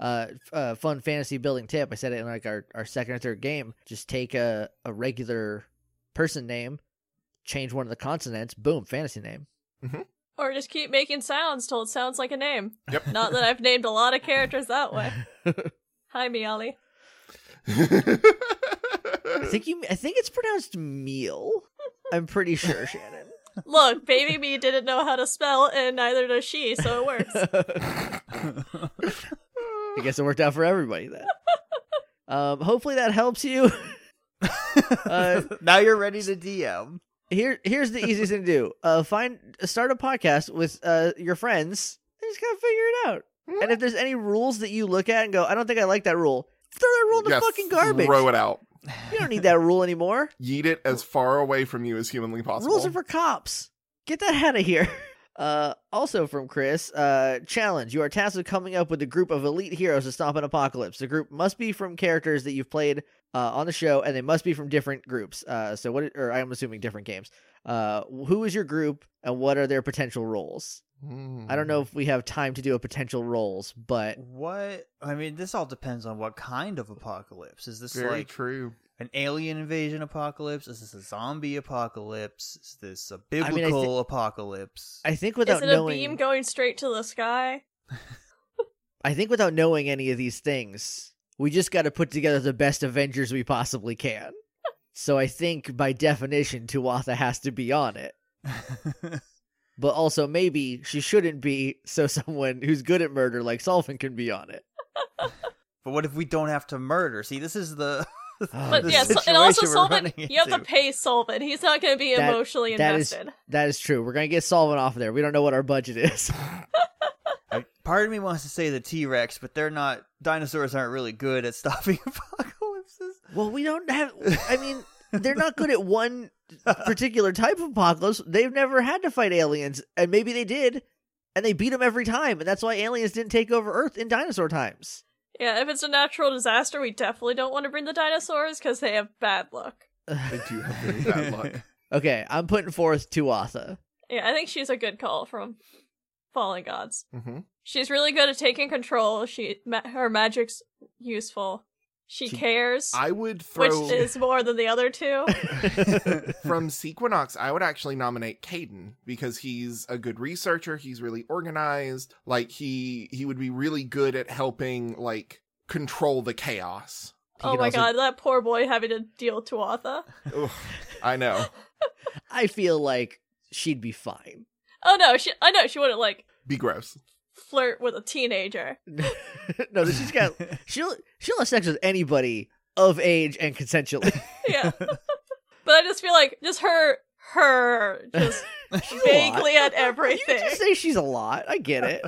S3: uh, f- uh, fun fantasy building tip. I said it in like our, our second or third game. Just take a, a regular person name, change one of the consonants, boom, fantasy name.
S1: Or just keep making sounds till it sounds like a name.
S2: Yep.
S1: Not that I've named a lot of characters that way. Hi, Miali.
S3: I think you. I think it's pronounced meal. I'm pretty sure, Shannon.
S1: Look, baby me didn't know how to spell, and neither does she, so it works.
S3: I guess it worked out for everybody then. Um, hopefully that helps you. Uh,
S4: now you're ready to DM.
S3: Here, here's the easiest thing to do: uh, find start a podcast with uh, your friends and just gotta figure it out. And if there's any rules that you look at and go, I don't think I like that rule, throw that rule in the
S2: Yeah,
S3: fucking garbage.
S2: Throw it out.
S3: You don't need that rule anymore.
S2: Yeet it as far away from you as humanly possible.
S3: Rules are for cops. Get that out of here. Uh, also from Chris, uh, challenge. You are tasked with coming up with a group of elite heroes to stop an apocalypse. The group must be from characters that you've played uh, on the show, and they must be from different groups. Uh, so what? Or I'm assuming different games. Uh, who is your group, and what are their potential roles? I
S2: Hmm.
S3: don't know if we have time to do a potential roles, but
S4: What? I mean, this all depends on what kind of apocalypse. Is this
S2: Very
S4: like
S2: true.
S4: an alien invasion apocalypse? Is this a zombie apocalypse? Is this a
S3: I
S4: biblical
S3: thi-
S4: apocalypse?
S3: I think
S1: Is
S3: without
S1: it
S3: knowing,
S1: a beam going straight to the sky?
S3: I think without knowing any of these things, we just got to put together the best Avengers we possibly can. so I think by definition, Tuatha has to be on it. But also, maybe she shouldn't be, so someone who's good at murder like Solvin can be on it.
S4: but what if we don't have to murder? See, this is the.
S1: But
S4: the
S1: yes, and also
S4: Oh, situation we're
S1: Solvent,
S4: running
S1: you have to
S4: into.
S1: pay Solvent. He's not going to be
S3: That-
S1: emotionally
S3: that is-
S1: invested.
S3: That is true. We're going to get Solvin off there. We don't know what our budget is.
S4: I- part of me wants to say the T Rex, but they're not. Dinosaurs aren't really good at stopping apocalypses.
S3: well, we don't have. I mean, they're not good at one particular type of apocalypse. They've never had to fight aliens, and maybe they did, and they beat them every time, and that's why aliens didn't take over Earth in dinosaur times.
S1: Yeah, if it's a natural disaster, we definitely don't want to bring the dinosaurs because they have bad luck.
S2: I do have very bad luck.
S3: Okay, I'm putting forth Tuatha.
S1: Yeah, I think she's a good call from Fallen Gods.
S2: hmm
S1: She's really good at taking control. She ma- her magic's useful. She,
S2: She-
S1: cares,
S2: I would
S1: which
S2: throw
S1: is more than the other two.
S2: from Sequinox. I would actually nominate Caden because he's a good researcher. He's really organized. Like he he would be really good at helping like control the chaos.
S3: He
S1: oh
S3: can
S1: my
S3: also-
S1: god, that poor boy having to deal with Tuatha.
S2: Ugh, I know.
S3: I feel like she'd be fine.
S1: Oh no, she I know she wouldn't like
S2: Be gross.
S1: flirt with a teenager.
S3: no, she's got she'll she'll have sex with anybody of age and consensually.
S1: Yeah. but I just feel like just her her just
S3: She's a lot.
S1: vaguely at
S3: You
S1: everything.
S3: just say she's a lot. I get it.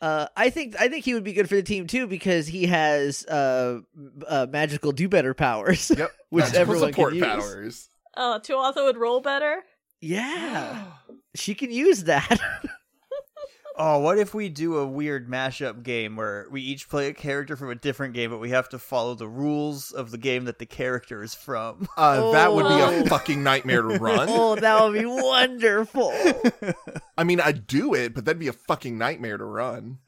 S3: uh, I think I think he would be good for the team too because he has uh, m- uh magical do better powers.
S2: Yep.
S3: Which
S2: Magical
S3: everyone can
S2: support
S3: use.
S2: powers.
S1: Uh Tuatha would roll better.
S3: Yeah, she can use that.
S4: Oh, what if we do a weird mashup game where we each play a character from a different game, but we have to follow the rules of the game that the character is from?
S2: Uh, That would be
S1: Oh.
S2: a fucking nightmare to run.
S3: oh, that would be wonderful.
S2: I mean, I'd do it, but that'd be a fucking nightmare to run.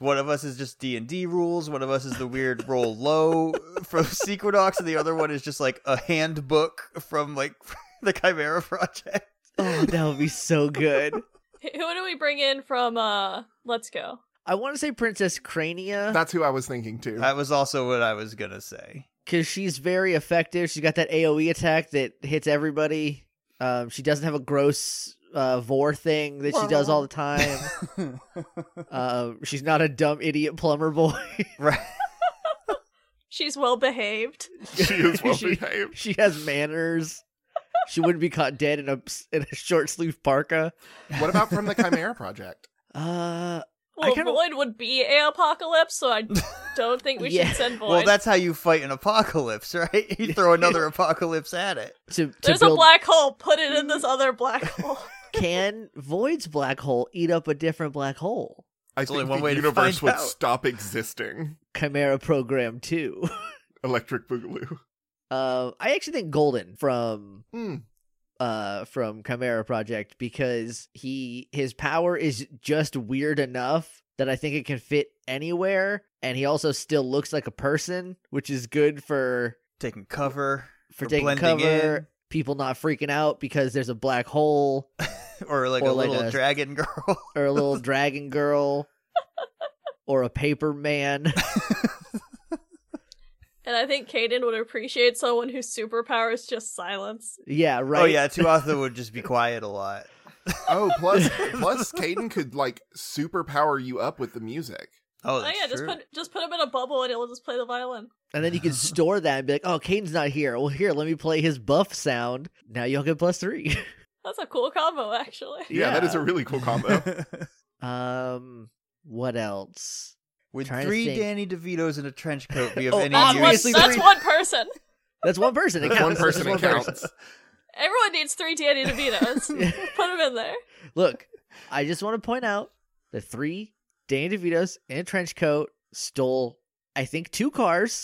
S4: One of us is just D and D rules. One of us is the weird roll low from Sequinox, and the other one is just like a handbook from like the Chimera Project.
S3: Oh, that would be so good.
S1: Who do we bring in from uh Let's Go?
S3: I want to say Princess Crania
S2: That's who I was thinking too.
S4: That was also what I was gonna say.
S3: because she's very effective. She's got that AOE attack that hits everybody. Um, she doesn't have a gross uh, vor thing that she does all the time. Uh, she's not a dumb idiot plumber boy.
S4: right.
S1: She's well behaved.
S2: she is well
S3: She-
S2: behaved.
S3: she has manners. She wouldn't be caught dead in a in a short sleeve parka.
S2: What about from the Chimera Project?
S3: Uh, I
S1: Well,
S3: kinda-
S1: Void would be a apocalypse, so I don't think we
S3: Yeah.
S1: should send Void.
S4: Well, that's how you fight an apocalypse, right? You throw another apocalypse at it.
S3: to, to
S1: There's
S3: build,
S1: a black hole. Put it in this other black hole.
S3: can Void's black hole eat up a different black hole?
S2: I
S4: It's
S2: think
S4: only one
S2: the
S4: way to
S2: universe
S4: find
S2: would
S4: out.
S2: stop existing.
S3: Chimera program two.
S2: Electric Boogaloo.
S4: Hmm.
S3: Uh, I actually think Golden from
S2: Mm.
S3: uh from Chimera Project because he his power is just weird enough that I think it can fit anywhere and he also still looks like a person, which is good for
S4: Taking cover
S3: for,
S4: Or
S3: taking
S4: blending
S3: cover, people not freaking out because there's a black hole
S4: or like
S3: Or
S4: a
S3: like
S4: little
S3: a-
S4: dragon girl.
S3: or a little dragon girl or a paper man.
S1: And I think Caden would appreciate someone whose superpower is just silence.
S3: yeah, right.
S4: Oh yeah, Tuatha would just be quiet a lot.
S2: Oh, plus plus Caden could like superpower you up with the music.
S4: Oh,
S1: Oh,
S4: that's
S1: yeah, just
S4: true.
S1: put just put him in a bubble and he'll just play the violin.
S3: And then you can store that and be like, oh, Caden's not here. Well, here, let me play his buff sound. Now y'all get plus three.
S1: That's a cool combo, actually.
S2: Yeah, that is a
S3: Yeah.
S2: really cool combo.
S3: um, what else?
S4: Would
S3: Trying to
S4: three
S3: think.
S4: Danny DeVitos in a trench coat be of
S3: Oh,
S4: any use?
S3: obviously
S1: That's, one, that's
S3: three-
S1: one person.
S3: That's one person. It
S2: That's one
S3: counts. That's
S2: person
S3: one
S2: it counts.
S1: Everyone needs three Danny DeVitos. Put them in there.
S3: person. Look, I just want to point out the three Danny DeVitos in a trench coat stole, I think, two cars.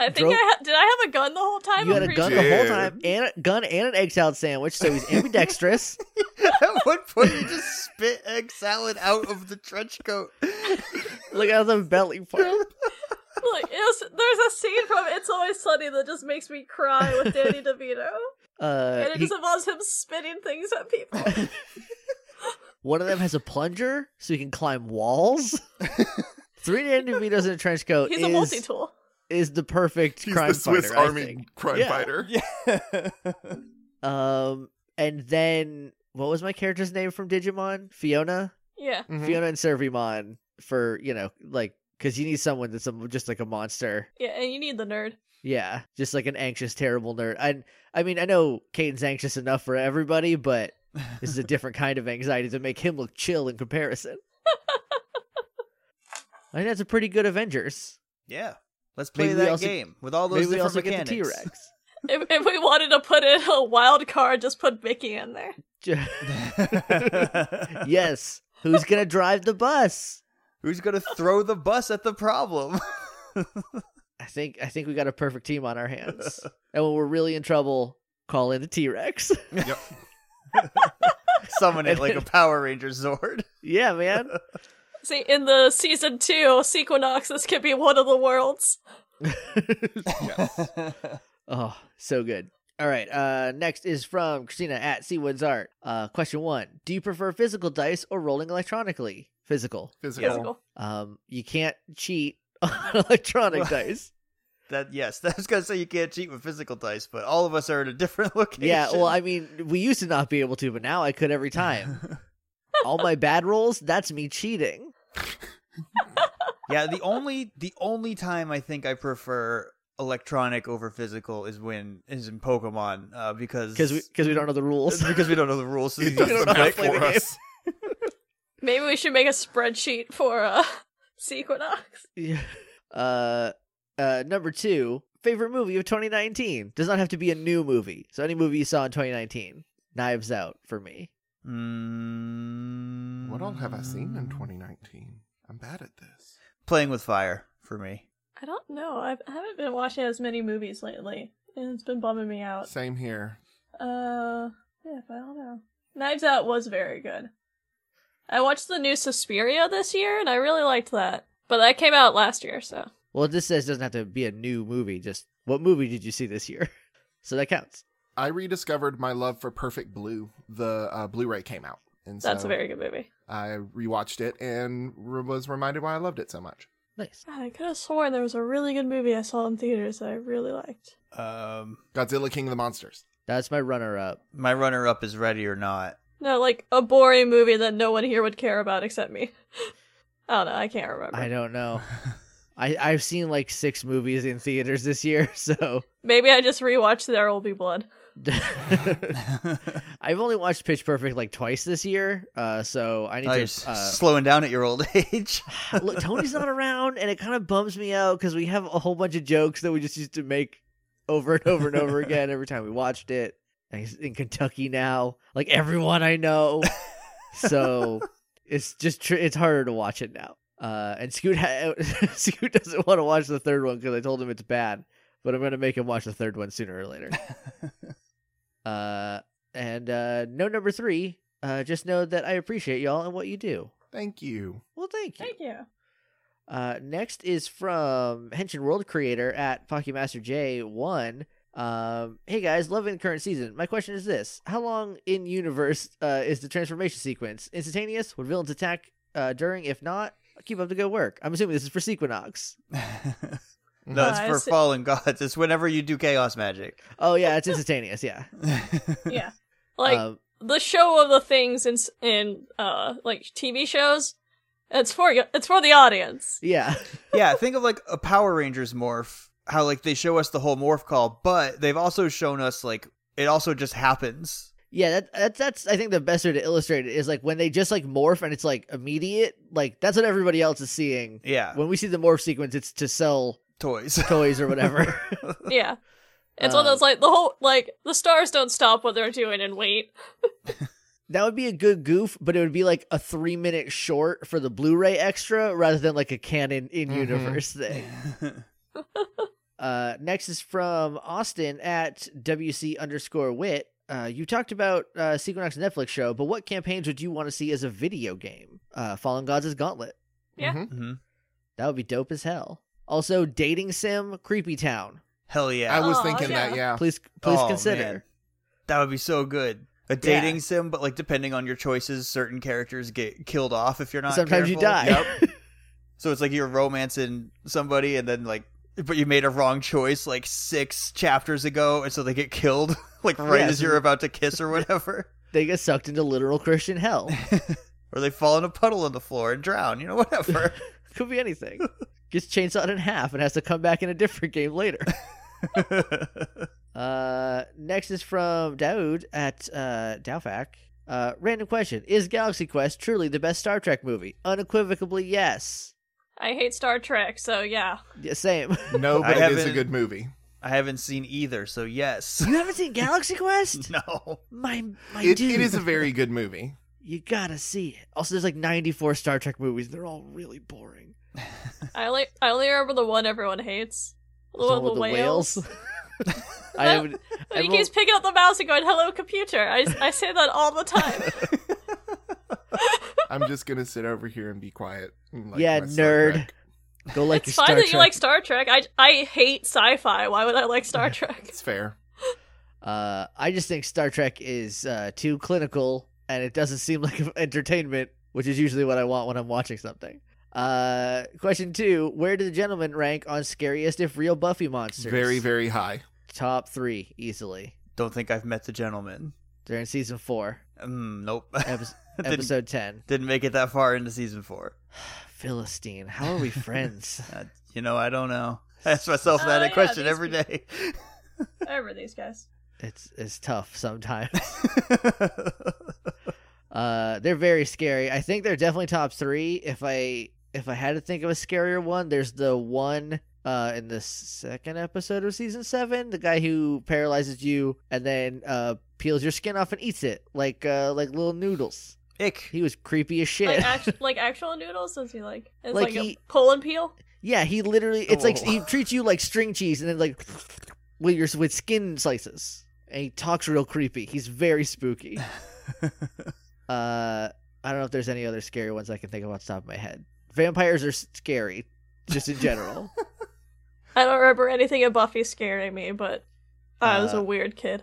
S1: I think
S3: Drove-
S1: I ha- did. I have a gun the whole time.
S3: you
S1: I'm
S3: had a
S1: pretty
S3: gun
S1: sure.
S3: the whole
S2: Dude.
S3: time, and a gun and an egg salad sandwich, so he's ambidextrous.
S4: At one point, you just spit egg salad out of the trench coat.
S3: Look at the belly part.
S1: Like, it was, there's a scene from It's Always Sunny that just makes me cry with Danny DeVito,
S3: Uh,
S1: and it
S3: he-
S1: just involves him spitting things at people.
S3: one of them has a plunger, so he can climb walls. three Danny DeVitos in a trench coat
S1: He's
S3: is
S1: a multi tool.
S3: is the perfect
S2: He's
S3: crime
S2: the Swiss
S3: fighter, I
S2: Army
S3: think.
S2: crime
S3: Yeah.
S2: fighter.
S3: Um, and then what was my character's name from Digimon? Fiona.
S1: Yeah,
S4: Mm-hmm.
S2: Mhm.
S3: Fiona and Servimon for you know like because you need someone that's a, just like a monster.
S1: yeah, and you need the nerd.
S3: Yeah, just like an anxious, terrible nerd. I I mean I know Caden's anxious enough for everybody, but this is a different kind of anxiety to make him look chill in comparison. I think that's a pretty good Avengers.
S4: yeah, let's play
S3: Maybe we
S4: that
S3: also-
S4: game with all those
S3: Maybe we
S4: different
S3: also
S4: mechanics.
S3: get the T Rex.
S1: If, if we wanted to put in a wild card, just put Mickey in there.
S3: yes. Who's gonna drive the bus?
S4: Who's gonna throw the bus at the problem?
S3: I think I think we got a perfect team on our hands. and when we're really in trouble, call in the T Rex.
S2: Yep.
S4: Summon it like a Power Ranger Zord.
S3: yeah, man.
S1: See, in the season two, Sequinox, this could be one of the worlds.
S3: Oh, so good. All right. Uh, next is from Christina at Seawoods Art. Uh, question one: Do you prefer physical dice or rolling electronically? Physical.
S2: Physical.
S1: Physical.
S3: Um, you can't cheat on electronic
S4: What?
S3: dice.
S4: That yes, I was gonna say you can't cheat with physical dice, but all of us are in a different location.
S3: Yeah. Well, I mean, we used to not be able to, but now I could every time. All my bad rolls, that's me cheating.
S4: yeah. The only the only time I think I prefer electronic over physical is when is in Pokemon uh, because
S3: Because we, cause we don't know the rules.
S4: because we don't know the rules. So
S2: It
S4: these are
S2: doesn't
S3: know how to
S2: matter
S4: like-
S3: play the
S2: for
S3: game.
S2: us.
S1: Maybe we should make a spreadsheet for uh, Sequinox.
S3: Yeah. Uh, uh, number two, favorite movie of 2019 does not have to be a new movie. So any movie you saw in 2019, Knives Out for me.
S4: Mm,
S2: What all have I seen in 2019? I'm bad at this.
S4: Playing with fire for me.
S1: I don't know. I've, I haven't been watching as many movies lately, and it's been bumming me out.
S2: Same here.
S1: Uh, yeah, but I don't know. Knives Out was very good. I watched the new Suspiria this year, and I really liked that. But that came out last year, so
S3: Well, this says doesn't have to be a new movie. Just what movie did you see this year? So that counts.
S2: I rediscovered my love for Perfect Blue. The uh, Blu-ray came out, and
S1: that's
S2: so
S1: a very good movie.
S2: I rewatched it and re- was reminded why I loved it so much.
S3: Nice.
S1: God, I could have sworn there was a really good movie I saw in theaters that I really liked.
S4: Um,
S2: Godzilla King of the Monsters.
S3: That's my runner-up.
S4: my runner up is Ready or Not.
S1: No, like a boring movie that no one here would care about except me. I don't know. I can't remember.
S3: I don't know. I I've seen like six movies in theaters this year, so
S1: Maybe I just rewatched There Will Be Blood.
S3: I've only watched Pitch Perfect like twice this year. Uh, so I need
S4: Oh, you're s-
S3: to. Uh,
S4: slowing down at your old age.
S3: look, Tony's not around, and it kind of bums me out because we have a whole bunch of jokes that we just used to make over and over and over again every time we watched it. And he's in Kentucky now, like everyone I know. so it's just tr- it's harder to watch it now. Uh, and Scoot ha- Scoot doesn't want to watch the third one because I told him it's bad, but I'm gonna make him watch the third one sooner or later. Uh, and uh, no number three. Uh, just know that I appreciate y'all and what you do.
S2: Thank you.
S3: Well, thank you.
S1: Thank you.
S3: Uh, next is from Henshin World Creator at Pocketmaster J1. Um, hey guys, loving the current season. My question is this: How long in universe uh, is the transformation sequence? Instantaneous? Would villains attack uh, during? If not, keep up the good work. I'm assuming this is for Sequinox.
S4: no, it's
S1: Uh,
S4: for
S1: it's-
S4: fallen gods. It's whenever you do chaos magic.
S3: Oh yeah, it's instantaneous. Yeah.
S1: Yeah. Like
S3: Um,
S1: the show of the things in s- in uh like TV shows, it's for y- it's for the audience.
S3: yeah.
S4: yeah, think of like a Power Rangers morph, how like they show us the whole morph call, but they've also shown us like it also just happens.
S3: Yeah, that, that's that's I think the best way to illustrate it is like when they just like morph and it's like immediate. Like that's what everybody else is seeing.
S4: Yeah,
S3: When we see the morph sequence, it's to sell
S4: toys.
S3: toys or whatever.
S1: Yeah. It's one
S3: Um,
S1: of those like the whole like the stars don't stop what they're doing and wait.
S3: that would be a good goof, but it would be like a three minute short for the Blu-ray extra rather than like a canon in universe
S4: Mm-hmm.
S3: thing. Uh, next is from Austin at WC underscore wit. Uh, you talked about uh, Sequinox Netflix show, but what campaigns would you want to see as a video game? Uh, Fallen Gods is Gauntlet.
S1: Yeah.
S2: Mhm.
S4: Mhm.
S3: That would be dope as hell. Also, dating sim, Creepy Town.
S4: Hell yeah,
S2: I was
S1: Aw,
S2: thinking that, yeah.
S3: Please, please
S4: Oh, man.
S3: consider.
S4: that would be so good. A dating sim, but like depending on your choices, certain characters get killed off if you're not.
S3: Sometimes you
S4: careful.
S3: die.
S4: Yep. So it's like you're romancing somebody, and then like, but you made a wrong choice like six chapters ago, and so they get killed like right
S3: Yeah,
S4: as
S3: so-
S4: you're about to kiss or whatever,
S3: they get sucked into literal Christian hell.
S4: or they fall in a puddle on the floor and drown. You know, whatever.
S3: Could be anything. Gets chainsawed in half and has to come back in a different game later. Uh, next is from Daoud at uh, Daofac. Uh, random question: Is Galaxy Quest truly the best Star Trek movie? Unequivocally, yes.
S1: I hate Star Trek, so yeah.
S3: Yeah, same.
S2: No,
S4: I
S2: but it is a
S4: haven't-
S2: good movie.
S4: I haven't seen either, so yes.
S3: you haven't seen Galaxy Quest?
S4: no.
S3: My my
S2: It,
S3: dude,
S2: it is a very good movie.
S3: you gotta see it. Also, there's like 94 Star Trek movies. They're all really boring.
S1: I only I only remember the one everyone hates. The
S3: The
S1: one
S3: one
S1: with the whales.
S3: I haven't.
S1: When he
S3: Everyone-
S1: keeps picking up the mouse and going, "Hello, computer." I, I say that all the time.
S2: I'm just gonna sit over here and be quiet. and like
S3: yeah,
S2: my Star
S3: nerd.
S2: Trek.
S3: Go like
S1: it's fine
S3: your Star
S1: that you
S3: Trek.
S1: like Star Trek. I I hate sci-fi. Why would I like Star Trek?
S2: It's fair.
S3: Uh, I just think Star Trek is uh, too clinical, and it doesn't seem like entertainment, which is usually what I want when I'm watching something. Uh, question two: Where do the gentlemen rank on scariest if real Buffy monsters?
S2: Very, very high.
S3: top three easily.
S4: Don't think I've met the gentleman.
S3: They're in season four,
S4: Mm, nope.
S3: epi-
S4: didn't,
S3: episode ten.
S4: didn't make it that far into season four.
S3: Philistine, how are we friends?
S4: Uh, you know, I don't know. I ask myself
S1: Oh,
S4: that
S1: yeah,
S4: question
S1: these
S4: every day.
S1: I remember these guys.
S3: it's it's tough sometimes. Uh, they're very scary. I think they're definitely top three. If I if I had to think of a scarier one, there's the one uh in the second episode of season seven, the guy who paralyzes you and then uh peels your skin off and eats it like uh like little noodles.
S4: Ick.
S3: He was creepy as shit.
S1: Like, act- like actual noodles? Is he like? It's
S3: Like
S1: like,
S3: he-
S1: a pull and peel?
S3: yeah, he literally it's like
S4: Whoa.
S3: he treats you like string cheese and then like with your with skin slices. And he talks real creepy. He's very spooky. Uh, I don't know if there's any other scary ones I can think of off the top of my head. Vampires are s- scary, just in general.
S1: I don't remember anything of Buffy scaring me, but I was
S3: Uh,
S1: a weird kid.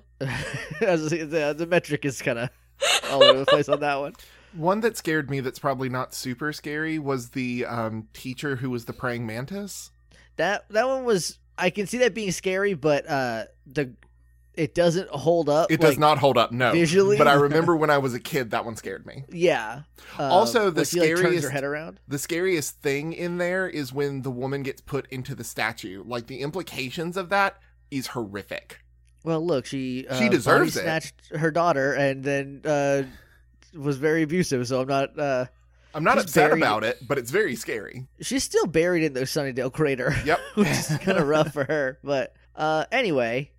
S3: As I say, the, the metric is kind of all over the place on that one.
S2: One that scared me that's probably not super scary was the um, teacher who was the praying mantis.
S3: That that one was I can see that being scary, but uh, the it doesn't hold up.
S2: It
S3: Uh, like,
S2: does not hold up, no.
S3: visually.
S2: But I remember when I was a kid, that one scared me.
S3: Yeah. Um,
S2: Also, the
S3: when she, like, turns her
S2: scariest-
S3: head around.
S2: The scariest thing in there is when the woman gets put into the statue. Like the implications of that is horrific.
S3: Well, look, she uh,
S2: She deserves
S3: body
S2: it.
S3: Snatched her daughter and then uh, was very abusive. So I'm not. Uh,
S2: I'm not
S3: She's
S2: upset
S3: buried-
S2: about it, but it's very scary.
S3: she's still buried in the Sunnydale crater.
S2: Yep.
S3: which is kind of rough for her. But uh, anyway,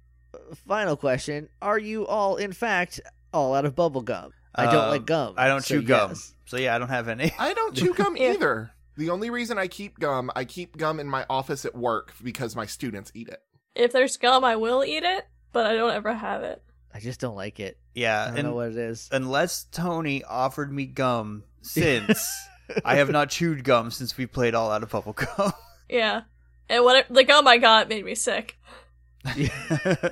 S3: final question: Are you all, in fact, all out of bubble gum? I don't
S4: Um,
S3: like gum.
S4: I don't
S3: so
S4: chew gum.
S3: yes.
S4: So yeah, I don't have any.
S2: I don't chew gum
S1: Yeah.
S2: either. The only reason I keep gum, I keep gum in my office at work because my students eat it.
S1: If there's gum, I will eat it, but I don't ever have it.
S3: I just don't like it. I
S4: Yeah,
S3: don't
S4: Uh, and
S3: know what it is.
S4: unless Tony offered me gum since I have not chewed gum since we played all out of bubblegum.
S1: Yeah. And what it, like, oh my god, it made me sick.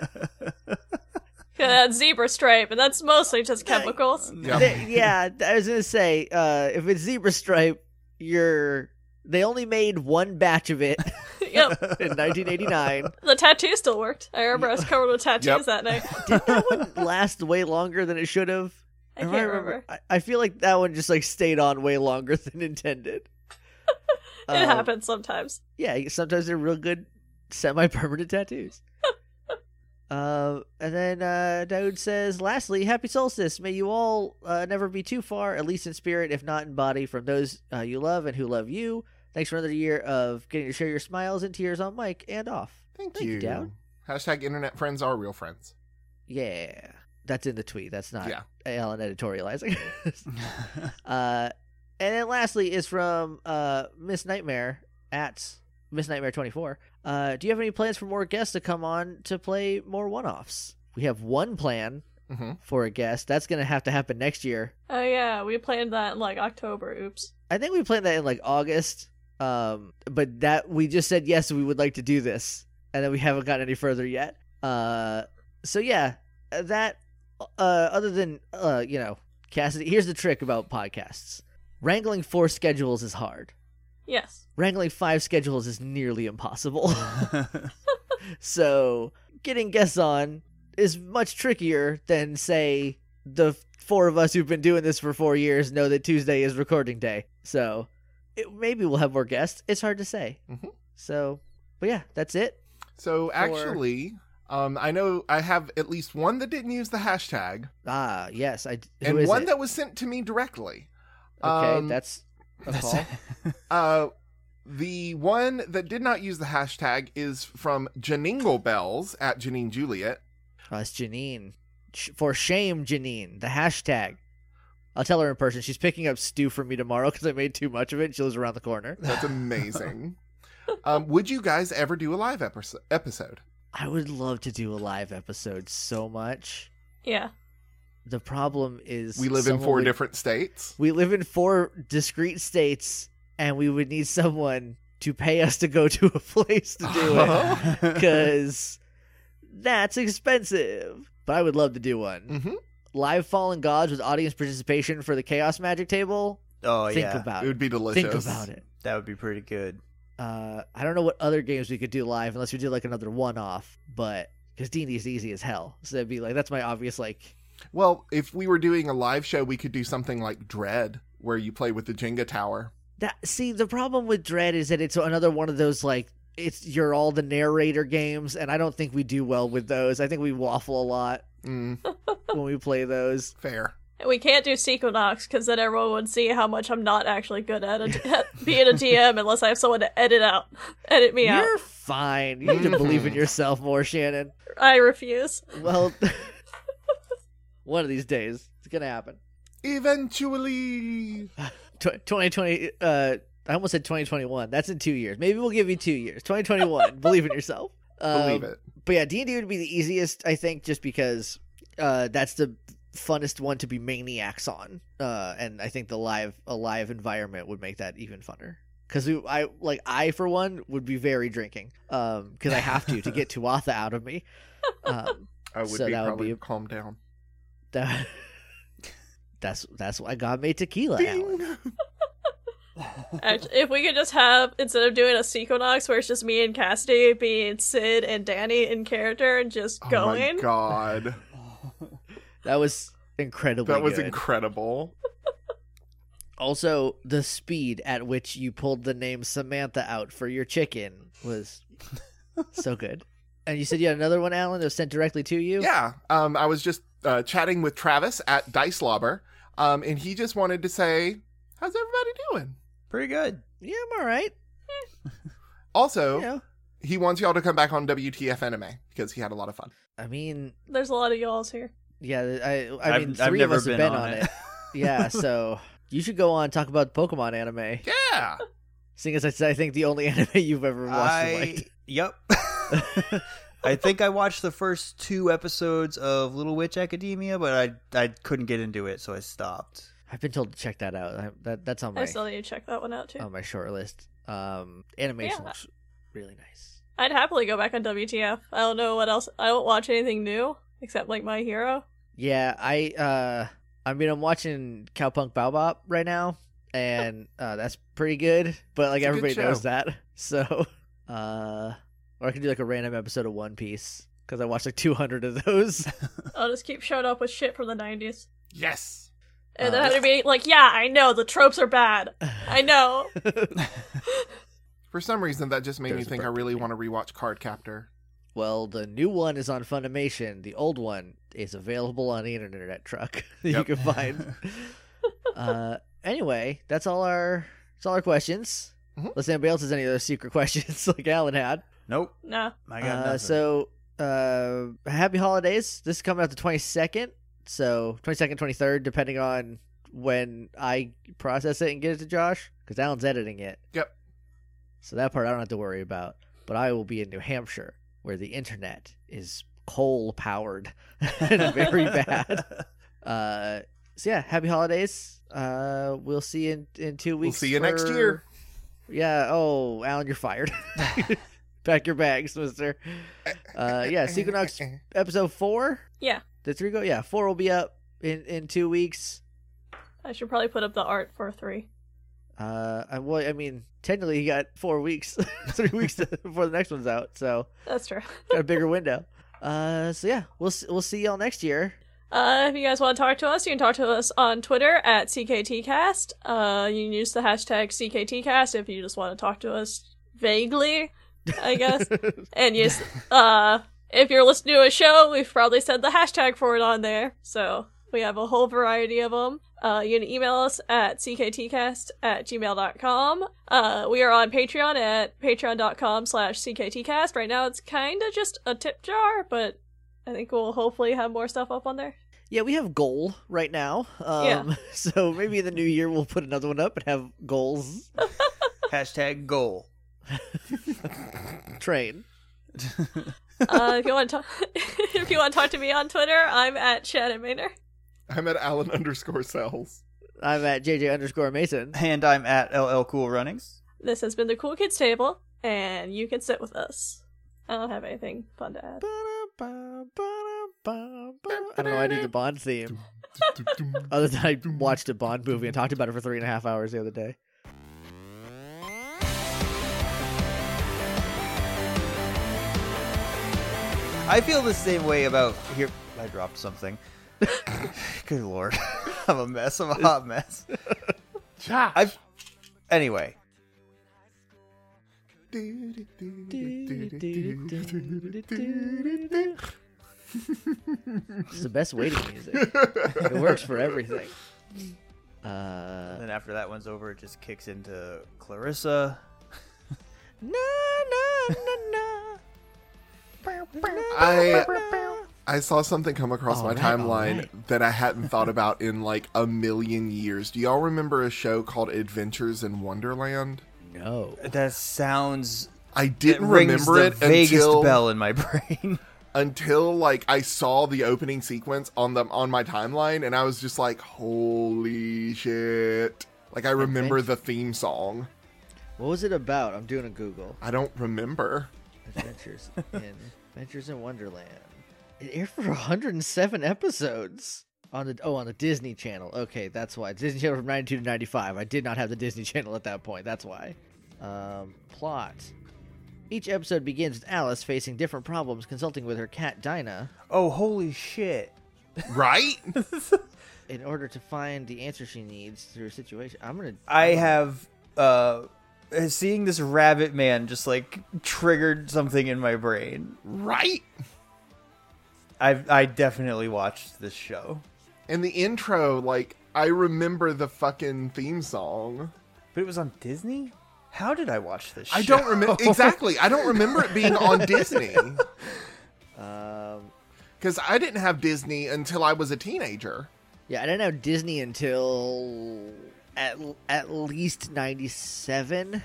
S1: Yeah, that zebra stripe, and that's mostly just chemicals.
S2: Yeah.
S3: They- yeah, I was gonna say, uh, if it's zebra stripe, you're they only made one batch of it
S1: yep.
S3: in 1989.
S1: The tattoo still worked. I remember I was covered with tattoos
S2: Yep.
S1: that night.
S3: Did that one last way longer than it should have?
S1: I can't
S3: If
S1: remember.
S3: I, I feel like that one just like stayed on way longer than intended.
S1: It
S3: Um,
S1: happens sometimes.
S3: Yeah, sometimes they're real good semi-permanent tattoos. Uh, and then uh, Daoud says, "Lastly, happy solstice. May you all uh, never be too far, at least in spirit, if not in body, from those uh, you love and who love you. Thanks for another year of getting to share your smiles and tears on mic and off.
S2: Thank,
S3: Thank you,
S2: you.
S3: Dowd.
S2: Hashtag internet friends are real friends.
S3: Yeah, that's in the tweet. That's not
S2: Yeah.
S3: Alan editorializing. Uh, and then lastly is from uh, Miss Nightmare at Miss Nightmare 24. Uh, do you have any plans for more guests to come on to play more one offs? We have one plan
S2: Mhm.
S3: for a guest. That's going to have to happen next year.
S1: Oh yeah, we planned that in like October. Oops.
S3: I think we planned that in like August. Um, but that we just said yes, we would like to do this, and then we haven't gotten any further yet. Uh, so yeah, uh, that. Uh, other than uh, you know, Cassidy. Here's the trick about podcasts: wrangling four schedules is hard.
S1: Yes.
S3: wrangling five schedules is nearly impossible. so getting guests on is much trickier than say the four of us who've been doing this for four years know that Tuesday is recording day. So it, maybe we'll have more guests. It's hard to say.
S2: Mhm.
S3: So, but yeah, that's it.
S2: So actually, um, I know I have at least one that didn't use the hashtag,
S3: Ah, yes, I. who
S2: and
S3: is
S2: one
S3: it?
S2: that was sent to me directly.
S3: okay,
S2: um,
S3: that's a
S4: That's-
S3: call.
S2: Uh, the one that did not use the hashtag is from Janingle Bells at Janine Juliet.
S3: Oh, it's Janine. Sh- For shame, Janine. The hashtag. I'll tell her in person. She's picking up stew for me tomorrow because I made too much of it. She lives around the corner.
S2: That's amazing. um, would you guys ever do a live episo- episode?
S3: I would love to do a live episode so much.
S1: Yeah.
S3: The problem is
S2: We live in
S3: someone
S2: four
S3: would-
S2: different states.
S3: We live in four discrete states, and we would need someone to pay us to go to a place to do it because that's expensive. But I would love to do one
S2: hmm
S3: live Fallen Gods with audience participation for the Chaos Magic table.
S4: oh
S3: Think
S4: yeah,
S3: about
S2: It would
S3: it.
S2: be delicious.
S3: Think about it.
S4: that would be pretty good.
S3: Uh, I don't know what other games we could do live unless we did like another one-off, but because D and D is easy as hell, so that'd be like that's my obvious like
S2: Well, if we were doing a live show, we could do something like Dread, where you play with the Jenga tower.
S3: That see the problem with Dread is that it's another one of those like it's you're all the narrator games, and I don't think we do well with those. I think we waffle a lot
S2: Mm,
S3: when we play those.
S2: fair.
S1: And we can't do Sequinox because then everyone would see how much I'm not actually good at, it- at being a DM unless I have someone to edit out, edit me out.
S3: You're fine. You need to believe in yourself more, Shannon.
S1: I refuse.
S3: Well, one of these days it's gonna happen.
S2: Eventually,
S3: Tw- 2020. Uh, I almost said 2021. That's in two years. Maybe we'll give you two years. 2021. believe in yourself. Um,
S2: believe it.
S3: but yeah, D and D would be the easiest, I think, just because uh, that's the funnest one to be maniacs on, uh, and I think the live a live environment would make that even funner. Because I like I for one would be very drinking, because I have to to get Tuatha out of me. Um,
S2: I would
S3: so
S2: be
S3: that would
S2: probably
S3: be a-
S2: calm down.
S3: that- that's that's why God made tequila. Alan.
S2: Ding!
S1: Act- if we could just have instead of doing a Sequinox where it's just me and Cassidy being Sid and Danny in character and just
S2: Oh
S1: going.
S2: my god,
S3: That was incredibly.
S2: that was
S3: good.
S2: incredible.
S3: also the speed at which you pulled the name Samantha out for your chicken was so good. And you said you had another one, Alan, that was sent directly to you.
S2: Yeah, um, I was just uh, chatting with Travis at Dice Lobber, um, and he just wanted to say, "How's everybody doing?"
S4: pretty good.
S3: yeah, I'm all right.
S2: Also,
S3: You know,
S2: he wants y'all to come back on WTF Anime because he had a lot of fun.
S3: I mean,
S1: There's a lot of y'alls here.
S3: yeah, I, I mean, 3
S4: I've, I've never
S3: of us
S4: been,
S3: have been
S4: on, it.
S3: yeah, so you should go on and talk about Pokemon anime,
S2: Yeah,
S3: seeing as I said I think the only anime you've ever watched and
S4: I
S3: liked.
S4: yep. I think I watched the first two episodes of Little Witch Academia, but I I couldn't get into it, so I stopped.
S3: I've been told to check that out. I, that that's on
S1: I
S3: my
S1: still need to check that one out too.
S3: on my short list. Um, animation
S1: Yeah.
S3: looks really nice.
S1: I'd happily go back on WTF. I don't know what else. I don't watch anything new except like My Hero.
S3: Yeah, I uh, I mean, I'm watching Cowpunk Bebop right now, and uh, that's pretty good. But like
S2: It's a good
S3: everybody knows
S2: show.
S3: that, so uh, or I can do like a random episode of One Piece because I watched like 200 of those.
S1: I'll just keep showing up with shit from the 90s.
S2: Yes.
S1: And
S3: Uh,
S1: then have to be like, yeah, I know, the tropes are bad. I know.
S2: For some reason, that just made me
S3: There's a
S2: think I
S3: bird.
S2: really want to rewatch Card Captor.
S3: Well, the new one is on Funimation. The old one is available on the internet truck that
S2: Yep.
S3: you can find. uh, anyway, that's all our that's all our questions.
S2: Mhm.
S3: Unless anybody else has any other secret questions like Alan had.
S4: Nope,
S1: No.
S4: I got
S3: uh,
S4: nothing.
S3: so uh, happy holidays. This is coming out the twenty second. So twenty second, twenty third, depending on when I process it and get it to Josh, because Alan's editing it.
S2: Yep.
S3: So that part I don't have to worry about. But I will be in New Hampshire, where the internet is coal powered and very bad. Uh, so yeah, happy holidays. Uh, we'll see you in, in two
S2: We'll
S3: weeks.
S2: see you next
S3: for-
S2: year.
S3: yeah. Oh, Alan, you're fired. Pack your bags, mister. Uh, yeah, Sequinox episode four.
S1: Yeah.
S3: The three go. Yeah, four will be up in in two weeks.
S1: I should probably put up the art for three.
S3: Uh, I, well, I mean, technically, he got four weeks, three weeks to, before the next one's out. So
S1: That's true.
S3: got a bigger window. Uh, so yeah, we'll s- we'll see y'all next year.
S1: Uh, if you guys want to talk to us, you can talk to us on Twitter at CKTcast. Uh, you can use the hashtag CKTcast if you just want to talk to us vaguely, I guess. and yes, uh, if you're listening to a show, we've probably said the hashtag for it on there. So we have a whole variety of them. Uh, you can email us at cktcast at gmail.com. Uh, we are on Patreon at patreon.com slash cktcast. Right now it's kind of just a tip jar, but I think we'll hopefully have more stuff up on there.
S3: Yeah, we have goal right now. Um,
S1: Yeah.
S3: So maybe in the new year we'll put another one up and have goals
S4: Hashtag goal.
S3: train.
S1: Uh, if you want to talk, if you want to talk to me on Twitter, I'm at Shannon Maynard.
S2: I'm at Alan underscore cells.
S3: I'm at JJ underscore Mason.
S4: And I'm at LL Cool Runnings.
S1: This has been the Cool Kids Table, and you can sit with us. I don't have anything fun to add.
S3: I don't know. I do the Bond theme. Other than I watched a Bond movie and talked about it for three and a half hours the other day.
S4: I feel the same way about here. I dropped something. Good lord, I'm a mess. I'm a hot mess.
S2: Josh.
S4: I've anyway.
S3: It's the best waiting music. It works for everything. Uh,
S4: And then after that one's over, it just kicks into Clarissa.
S3: na na na
S2: I I saw something come across
S3: All
S2: my
S3: right, all
S2: timeline
S3: right.
S2: that I hadn't thought about in like a million years. Do y'all remember a show called Adventures in Wonderland?
S3: na. No.
S4: That sounds.
S2: I
S4: It
S2: didn't
S4: rings
S2: remember
S4: the
S2: it
S4: vaguest
S2: until
S4: bell in my brain.
S2: until like I saw the opening sequence on them on my timeline, and I was just like, "Holy shit!" Like I remember the theme song.
S3: What was it about? I'm doing a Google.
S2: I don't remember.
S3: Adventures in Adventures in Wonderland. It aired for 107 episodes on the oh on the Disney Channel. Okay, that's why Disney Channel from 92 to 95. I did not have the Disney Channel at that point. That's why. Um, plot. Each episode begins with Alice facing different problems, consulting with her cat Dinah
S4: Oh, holy shit!
S2: Right?
S3: in order to find the answer she needs to her situation. I'm gonna.
S4: I
S3: I'm gonna-
S4: have uh seeing this rabbit man just like triggered something in my brain.
S2: right?
S4: I've I definitely watched this show.
S2: And the intro, like I remember the fucking theme song.
S4: But it was on Disney? How did I watch this show?
S2: I don't remember exactly. I don't remember it being on Disney
S3: Um,
S2: because I didn't have Disney until I was a teenager.
S3: yeah, I didn't have Disney until at at least 97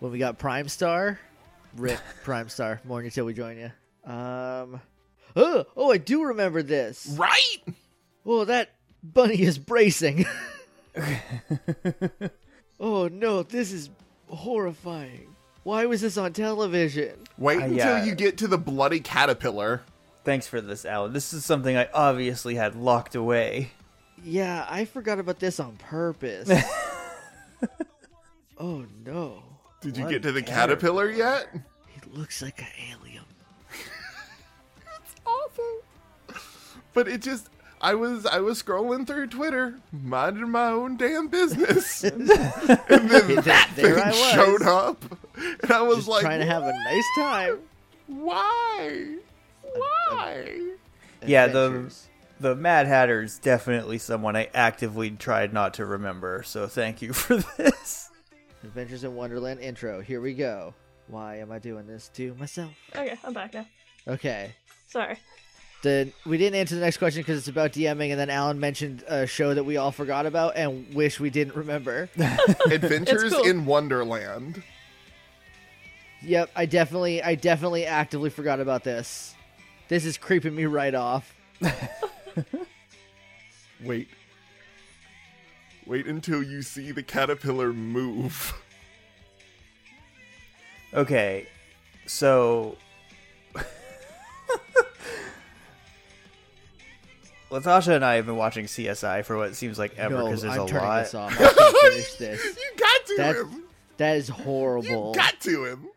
S3: when we got Prime Star. Rip Prime Star. Mourn you till we join you. Um, oh, oh, I do remember this.
S2: Right?
S3: Oh, that bunny is bracing. oh no, this is horrifying. Why was this on television?
S2: Wait
S4: Uh,
S2: until
S4: yeah.
S2: you get to the bloody caterpillar.
S4: Thanks for this, Alan. This is something I obviously had locked away.
S3: Yeah, I forgot about this on purpose. oh no,
S2: Did you
S4: What
S2: get to the
S4: caterpillar?
S2: caterpillar yet?
S3: it looks like an alien.
S2: Awesome. But it just I was I was scrolling through Twitter, minding my own damn business. and then that
S3: there
S2: thing
S3: I was.
S2: showed up. And I was
S3: Just
S2: like
S3: trying to have a nice time.
S2: Why? Why?
S4: Yeah, the-
S3: Adventures.
S4: The Mad Hatter is definitely someone I actively tried not to remember, so thank you for this.
S3: Adventures in Wonderland intro. Here we go. Why am I doing this to myself?
S1: Okay, I'm back now.
S3: Okay.
S1: Sorry.
S3: The, we didn't answer the next question because it's about DMing, and then Alan mentioned a show that we all forgot about and wish we didn't remember.
S2: Adventures
S1: cool.
S2: in Wonderland.
S3: yep, I definitely, I definitely actively forgot about this. This is creeping me right off.
S2: Wait. Wait until you see the caterpillar move.
S4: Okay, so. Latasha and I have been watching CSI for what seems like ever
S3: no,
S4: because there's
S3: I'm
S4: a
S3: turning
S4: lot.
S3: this off. I can't finish
S2: you
S3: this.
S2: got to
S3: That-
S2: him.
S3: That is
S2: You
S3: horrible.
S2: got to him.